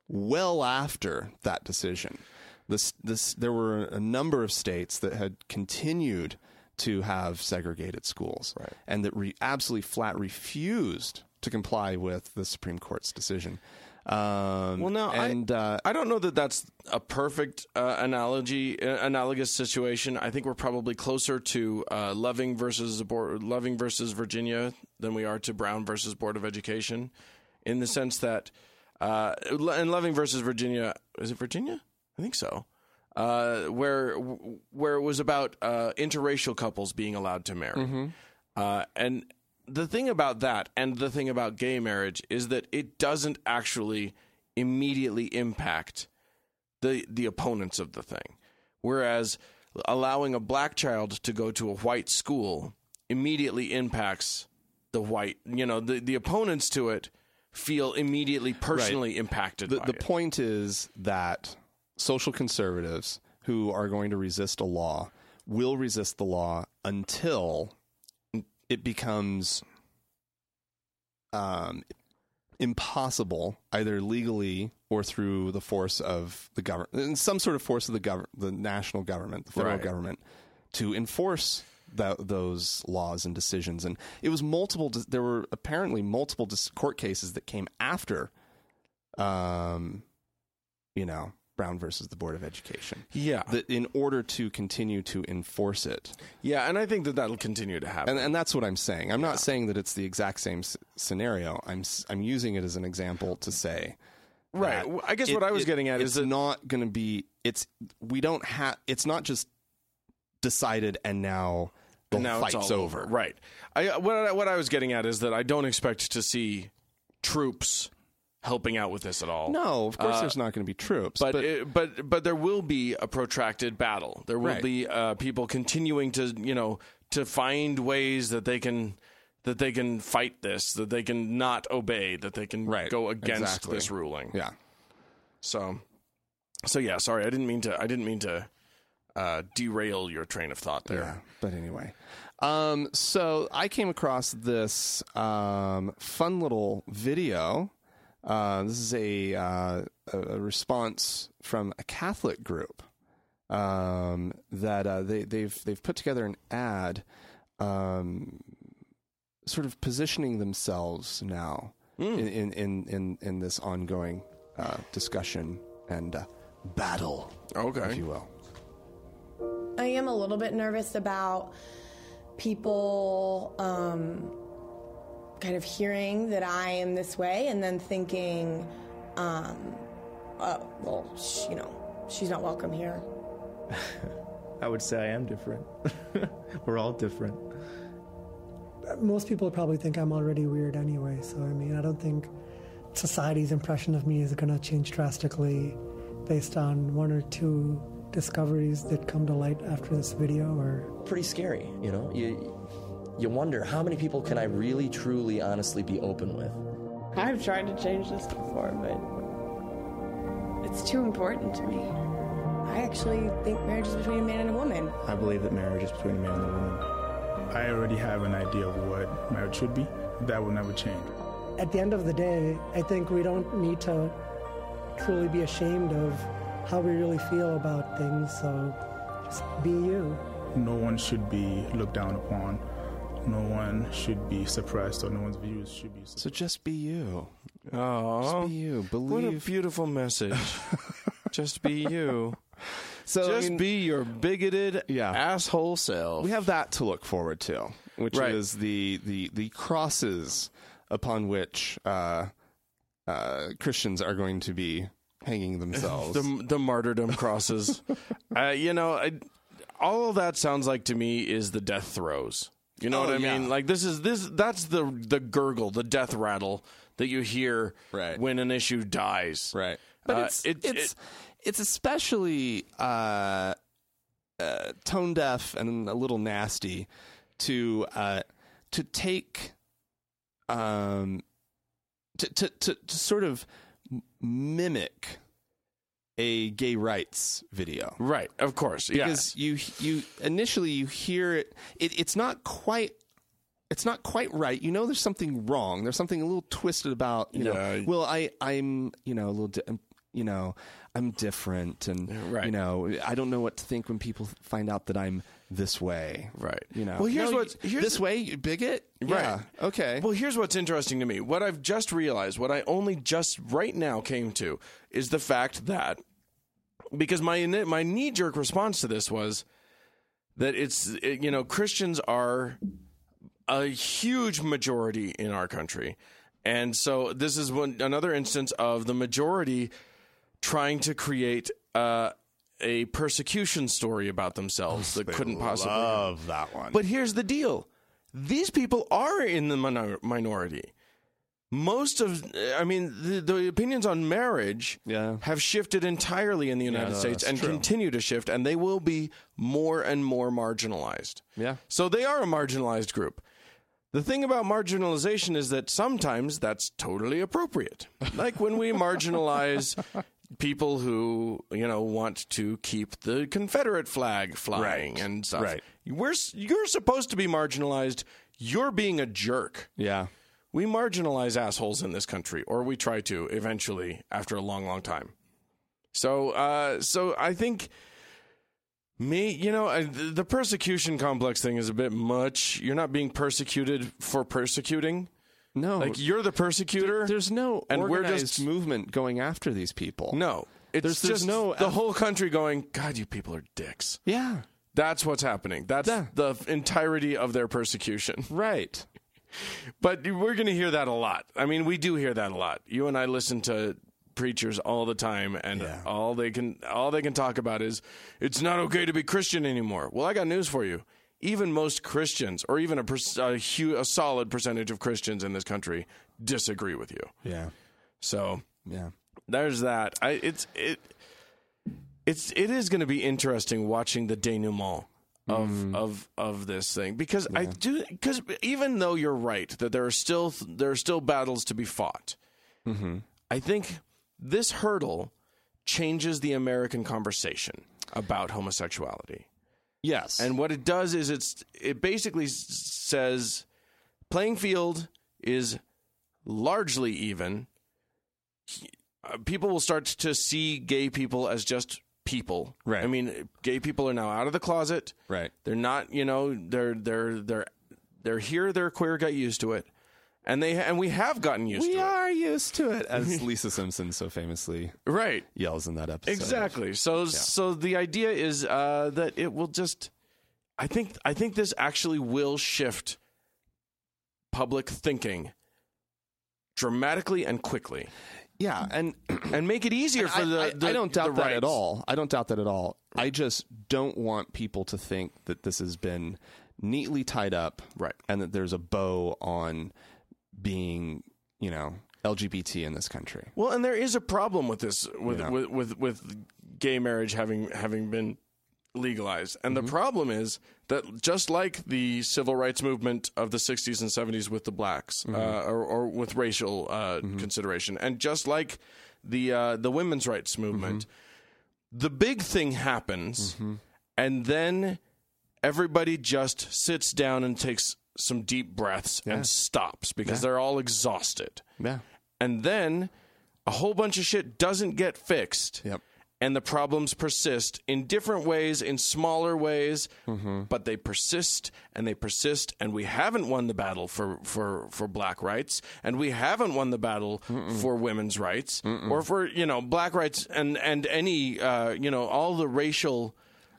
A: well after that decision. This, this, there were a number of states that had continued to have segregated schools,
B: Right.
A: and that re- absolutely flat refused to comply with the Supreme Court's decision. Um,
B: Well, no, I-
A: and uh,
B: I don't know that that's a perfect uh, analogy, uh, analogous situation. I think we're probably closer to uh, Loving versus the Board, Loving versus Virginia than we are to Brown versus Board of Education, in the sense that, uh, and Loving versus Virginia is it Virginia? I think so. Uh, where where it was about uh, interracial couples being allowed to marry, uh, and the thing about that and the thing about gay marriage is that it doesn't actually immediately impact the the opponents of the thing. Whereas allowing a black child to go to a white school immediately impacts the white, you know, the, the opponents to it feel immediately personally impacted.
A: The,
B: by
A: the
B: it.
A: point is that social conservatives who are going to resist a law will resist the law until it becomes um, impossible, either legally or through the force of the government, some sort of force of the government, the national government, the federal
B: Right.
A: government, to enforce tho- those laws and decisions. And it was multiple. de- There were apparently multiple dis- court cases that came after, um, you know, Brown versus the Board of Education.
B: yeah,
A: That in order to continue to enforce it,
B: yeah, and I think that that'll continue to happen.
A: and and that's what I'm saying. I'm not saying that it's the exact same s- scenario. I'm s- I'm using it as an example to say
B: right.
A: that
B: Well, I guess
A: uh, it-
B: what I was
A: it-
B: getting at
A: it's
B: is that
A: not going to be. It's we don't have. It's not just decided and now the
B: now
A: fight's
B: it's all
A: over.
B: Right. I uh, what I, what I was getting at is that I don't expect to see troops helping out with this at all.
A: No, of course there's not going to be troops. But,
B: Uh, But it, but but there will be a protracted battle. There will
A: Right.
B: be uh, people continuing to you know to find ways that they can that they can fight this, that they can not obey, that they can
A: Right.
B: go against
A: Exactly.
B: this ruling.
A: yeah,
B: So so yeah, sorry, I didn't mean to. I didn't mean to uh, derail your train of thought there.
A: yeah. But anyway, um, so I came across this um, fun little video. Uh, this is a, uh, a a response from a Catholic group um, that uh, they, they've they've put together an ad, um, sort of positioning themselves now in, in, in, in, in this ongoing uh, discussion and uh, battle, if
B: Okay.
A: you will.
D: I am a little bit nervous about people um, kind of hearing that I am this way and then thinking, um, oh, well, sh- you know, she's not welcome here.
E: I would say I am different. We're all different.
F: most people probably think I'm already weird anyway. So I mean, I don't think society's impression of me is going to change drastically based on one or two discoveries that come to light after this video or
G: pretty scary. You know, you you wonder how many people can I really, truly, honestly be open with.
H: I've tried to change this before, but it's too important to me.
D: I actually think marriage is between a man and a woman.
E: I believe that marriage is between a man and a woman.
I: I already have an idea of what marriage should be. That will never change.
F: at the end of the day, I think we don't need to truly be ashamed of how we really feel about things. So just be you.
I: No one should be looked down upon. No one should be suppressed, or no one's views should be. Suppressed.
A: So just be you.
B: Oh,
A: Just be you.
B: what a
A: Believe.
B: beautiful message. Just be you.
A: so I
B: Just
A: mean,
B: be your bigoted
A: Yeah.
B: asshole self.
A: we have that to look forward to, which
B: Right.
A: is the the the crosses upon which uh, uh, Christians are going to be hanging themselves.
B: the the martyrdom crosses. uh, you know, I, all that sounds like to me is the death throes. You know
A: Oh,
B: what I
A: yeah.
B: mean? Like this is this that's the the gurgle, the death rattle that you hear
A: Right.
B: when an issue dies.
A: right, but
B: Uh,
A: it's
B: it-
A: it's
B: it-
A: it's especially uh, uh, tone deaf and a little nasty to uh, to take um to to to, to sort of m- mimic a gay rights video.
B: Right, of course.
A: because
B: Yes.
A: you you initially you hear it, it it's not quite it's not quite right you know there's something wrong there's something a little twisted about you
B: Yeah.
A: know well i i'm you know a little di- I'm, you know i'm different and
B: right.
A: you know i don't know what to think when people find out that i'm this way
B: Right.
A: you know
B: Well, here's
A: no,
B: what's-
A: you-
B: here's
A: this
B: the-
A: way you bigot yeah okay
B: Well, here's what's interesting to me. What I've just realized, what I only just right now came to, is the fact that because my ini- my knee jerk response to this was that it's it, you know Christians are a huge majority in our country, and so this is one another instance of the majority trying to create. Uh, a persecution story about themselves that couldn't possibly
A: Oh, love that one
B: but here's the deal: these people are in the minor- minority. Most of, I mean, the, the opinions on marriage
A: Yeah.
B: have shifted entirely in the United
A: no,
B: States
A: that's
B: and
A: true.
B: continue to shift, and they will be more and more marginalized.
A: Yeah.
B: So they are a marginalized group. The thing about marginalization is that sometimes that's totally appropriate. Like when we marginalize people who, you know, want to keep the Confederate flag flying
A: Right.
B: and stuff.
A: Right.
B: We're, s- you're supposed to be marginalized. You're being a jerk.
A: Yeah.
B: We marginalize assholes in this country, or we try to eventually after a long, long time. So, uh, so I think me, you know, I, the the persecution complex thing is a bit much. You're not being persecuted for persecuting.
A: No.
B: Like you're the persecutor.
A: there's no
B: And we're
A: organized
B: just-
A: movement going after these people.
B: no. It's
A: There's-
B: just
A: there's no-
B: the whole country going. God, you people are dicks.
A: Yeah.
B: That's what's happening. That's
A: Yeah.
B: the entirety of their persecution.
A: Right.
B: But we're going to hear that a lot. I mean, we do hear that a lot. You and I listen to preachers all the time and all they can all they can talk about is it's not okay to be Christian anymore. Well, I got news for you. Even most Christians or even a, pers- a, hu- a solid percentage of Christians in this country disagree with you.
A: Yeah.
B: So,
A: Yeah.
B: there's that. I it's it it's it is going to be interesting watching the denouement of of of this thing because I do because even though you're right that there are still there are still battles to be fought, I think this hurdle changes the American conversation about homosexuality.
A: Yes.
B: And what it does is it's it basically s- says playing field is largely even. He- uh, People will start to see gay people as just people.
A: Right.
B: I mean, gay people are now out of the closet.
A: right.
B: They're not, you know, they're they're they're they're here. They're queer. Got used to it, and they and we have gotten used
A: We
B: to
A: are used to it, as Lisa Simpson so famously
B: it. Right.
A: yells in that episode.
B: Exactly. So so the idea is uh, that it will just. I think I think this actually will shift public thinking dramatically and quickly,
A: Yeah, and
B: and make it easier for
A: I-
B: the,
A: I,
B: the-
A: I don't
B: the
A: doubt that at
B: rights.
A: all. I don't doubt that at all. I just don't want people to think that this has been neatly tied up,
B: Right.
A: And that there's a bow on being, you know, LGBT in this country.
B: Well, and there is a problem with this with
A: Yeah.
B: with, with with gay marriage having having been legalized. And the problem is that just like the civil rights movement of the 60s and 70s with the blacks uh, or, or with racial uh, consideration and just like the uh, the women's rights movement the big thing happens and then everybody just sits down and takes some deep breaths and stops because they're all exhausted
A: Yeah.
B: and then a whole bunch of shit doesn't get fixed.
A: Yep.
B: And the problems persist in different ways, in smaller ways, but they persist and they persist. And we haven't won the battle for, for, for black rights, and we haven't won the battle for women's rights or for you know black rights and and any uh, you know all the racial.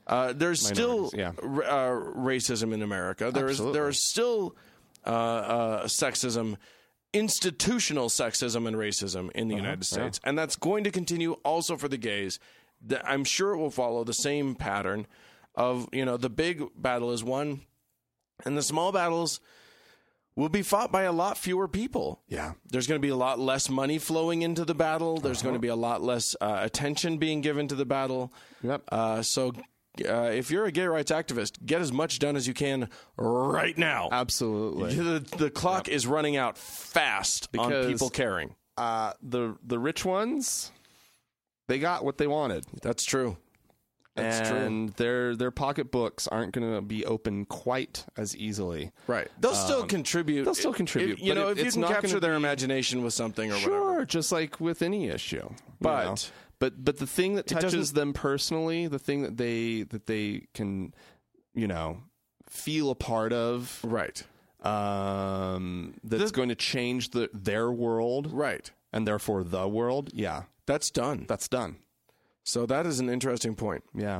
B: Uh, there's still
A: Minorities, yeah.
B: r- uh, racism in America. There is there is still uh, uh, sexism, institutional sexism and racism in the
A: Uh-huh,
B: United States, and that's going to continue also for the gays. Th- I'm sure it will follow the same pattern of you know the big battle is won, and the small battles will be fought by a lot fewer people.
A: Yeah.
B: There's going to be a lot less money flowing into the battle. There's
A: Uh-huh.
B: going to be a lot less uh, attention being given to the battle.
A: Yep.
B: Uh, so, uh, if you're a gay rights activist, get as much done as you can right now.
A: Absolutely.
B: The, the clock is running out fast
A: Because-
B: on people caring.
A: Uh, the the rich ones, they got what they wanted,
B: That's true. That's true.
A: and their their pocketbooks aren't going to be open quite as easily.
B: Right. um, They'll still contribute.
A: they'll still
B: If-
A: contribute, but
B: you know,
A: it-
B: if you
A: it's
B: can
A: not
B: capture
A: gonna
B: their imagination with something or
A: Sure,
B: whatever.
A: just like with any issue. you
B: But-
A: know. but but the thing that touches
B: doesn't-
A: them personally, the thing that they that they can, you know, feel a part of,
B: Right.
A: um, that's going to change the their world
B: Right.
A: and therefore the world. Yeah,
B: That's done.
A: that's done.
B: so that is an interesting point.
A: Yeah.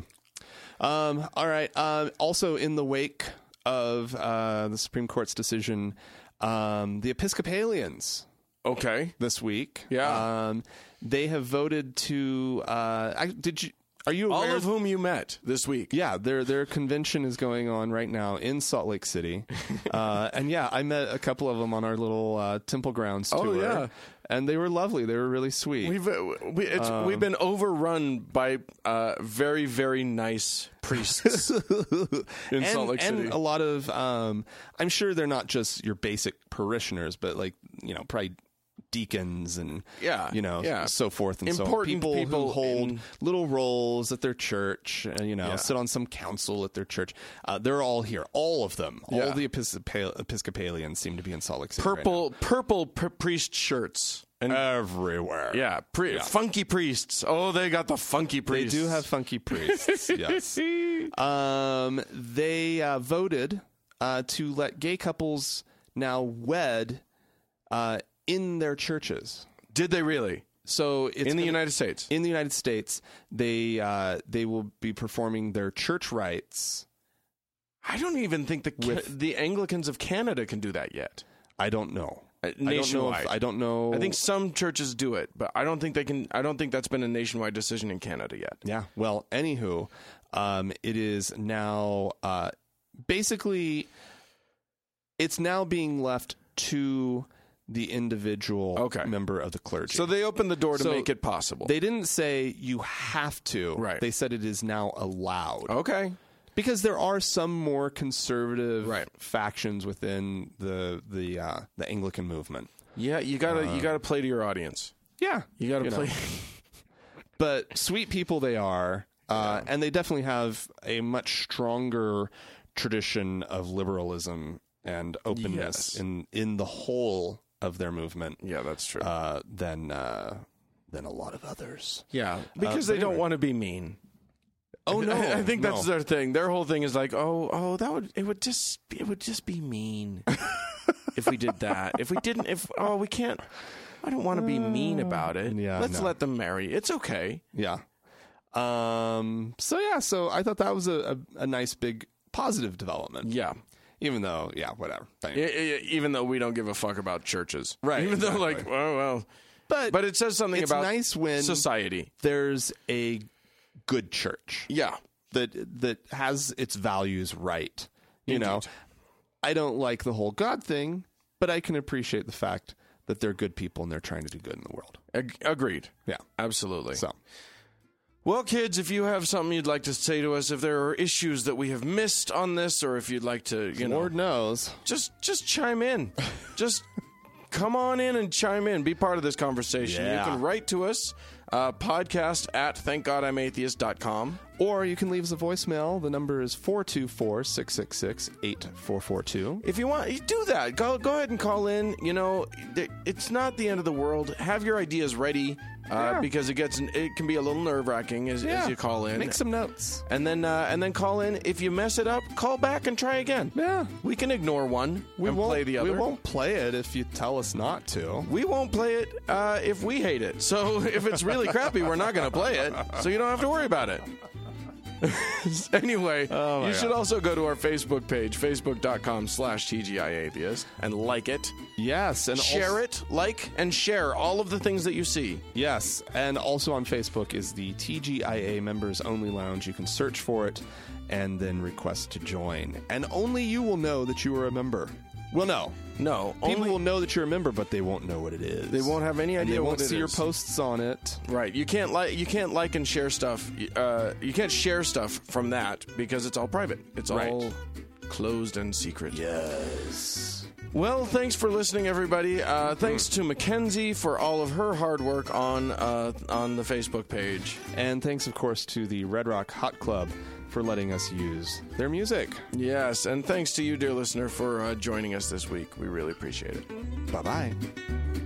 A: Um, all right. Um, also, in the wake of uh, the Supreme Court's decision, um, the Episcopalians
B: Okay.
A: this week.
B: Yeah.
A: Um, they have voted to. Uh, I, did you? Are you
B: All
A: aware
B: of whom you met this week.
A: Yeah, their their convention is going on right now in Salt Lake City, uh, and yeah, I met a couple of them on our little uh, Temple Grounds
B: Oh,
A: tour.
B: yeah.
A: and they were lovely. They were really sweet.
B: We've uh, we, it's, we've been overrun by uh, very very nice priests in
A: and,
B: Salt Lake
A: and
B: City.
A: a lot of um, I'm sure they're not just your basic parishioners, but like you know probably deacons and
B: Yeah,
A: you know
B: yeah.
A: so forth and so on.
B: Important
A: people,
B: people
A: who hold
B: in-
A: little roles at their church and you know
B: Yeah.
A: sit on some council at their church. Uh, they're all here, all of them.
B: Yeah.
A: All the Episcopa- Episcopalians seem to be in Salt Lake City. right now.
B: purple purple pr- priest shirts and
A: everywhere.
B: yeah, pri- funky priests. Oh, they got the funky
A: They
B: priests.
A: do have funky priests. yes. Um, they uh, voted uh, to let gay couples now wed uh, in their churches.
B: Did they really?
A: So it's
B: in the
A: gonna-
B: United States.
A: in the United States, they uh, they will be performing their church rites.
B: I don't even think the Ca- the Anglicans of Canada can do that yet.
A: I don't know.
B: Uh,
A: I don't know.
B: nationwide.
A: If, I don't know.
B: I think some churches do it, but I don't think they can. I don't think that's been a nationwide decision in Canada yet.
A: Yeah. Well, anywho, um, it is now uh, basically it's now being left to the individual
B: Okay.
A: member of the clergy.
B: So they opened the door to
A: So
B: make it possible.
A: they didn't say you have to.
B: Right. Oh.
A: They said it is now allowed
B: okay.
A: because there are some more conservative
B: Right.
A: factions within the the uh, the Anglican movement.
B: Yeah, you gotta
A: Uh,
B: you gotta play to your audience.
A: Yeah.
B: You gotta play.
A: but sweet people they are, uh, and they definitely have a much stronger tradition of liberalism and openness
B: Yes.
A: in in the whole of their movement
B: yeah, that's true.
A: uh, than uh, than a lot of others.
B: yeah, because they don't want to be mean.
A: uh, Oh no,
B: I, I think
A: no.
B: that's their thing. Their whole thing is like, oh, oh, that would it would just it would just be mean if we did that. If we didn't, if oh, we can't. I don't want to be mean about it.
A: Uh, yeah,
B: let's
A: no.
B: let them marry. It's okay.
A: yeah. Um. So yeah. So I thought that was a a, a nice big positive development.
B: Yeah.
A: Even though, yeah, whatever.
B: E- e- Even though we don't give a fuck about churches,
A: Right,
B: Even though,
A: exactly.
B: like, oh well,
A: But
B: but it says something
A: it's
B: about
A: nice when
B: society.
A: there's a good church.
B: Yeah,
A: that that has its values right. You know, I don't like the whole God thing, but I can appreciate the fact that they're good people and they're trying to do good in the world.
B: Ag- agreed.
A: Yeah.
B: Absolutely.
A: So
B: Well, kids, if you have something you'd like to say to us, if there are issues that we have missed on this, or if you'd like to, you know,
A: Lord knows.
B: just just chime in. just come on in and chime in. Be part of this conversation.
A: Yeah.
B: You can write to us, uh, podcast at thankgodimatheist.com.
A: Or you can leave us a voicemail. The number is 424 666 8442.
B: If you want, you do that. Go, go ahead and call in. You know, th- it's not the end of the world. Have your ideas ready uh, because it gets it can be a little nerve wracking as, as you call in.
A: Make some notes.
B: and then uh, and then call in. If you mess it up, call back and try again.
A: Yeah.
B: we can ignore one and play the other.
A: We won't play it if you tell us not to.
B: We won't play it uh, if we hate it. So if it's really crappy, we're not going to play it. So you don't have to worry about it. anyway,
A: Oh
B: you should also go to our Facebook page, facebook.com slash TGI Atheist, and like it.
A: Yes. And
B: share
A: also,
B: it, like, and share all of the things that you see.
A: Yes, and also on Facebook is the TGIA Members Only Lounge. You can search for it and then request to join. And only you will know that you are a member. Well, no.
B: No,
A: People
B: only-
A: will know that you're a member, but they won't know what it is.
B: They won't have any
A: And
B: idea
A: They won't
B: what it
A: see your
B: is.
A: posts on it.
B: Right, you can't like you can't like and share stuff. Uh, you can't share stuff from that because it's all private. It's
A: Right.
B: all closed and secret. Yes. Well, thanks for listening, everybody. Uh, thanks to Mackenzie for all of her hard work on uh, on the Facebook page.
A: And thanks, of course, to the Red Rock Hot Club for letting us use their music.
B: Yes, and thanks to you, dear listener, for uh, joining us this week. We really appreciate it.
A: Bye bye.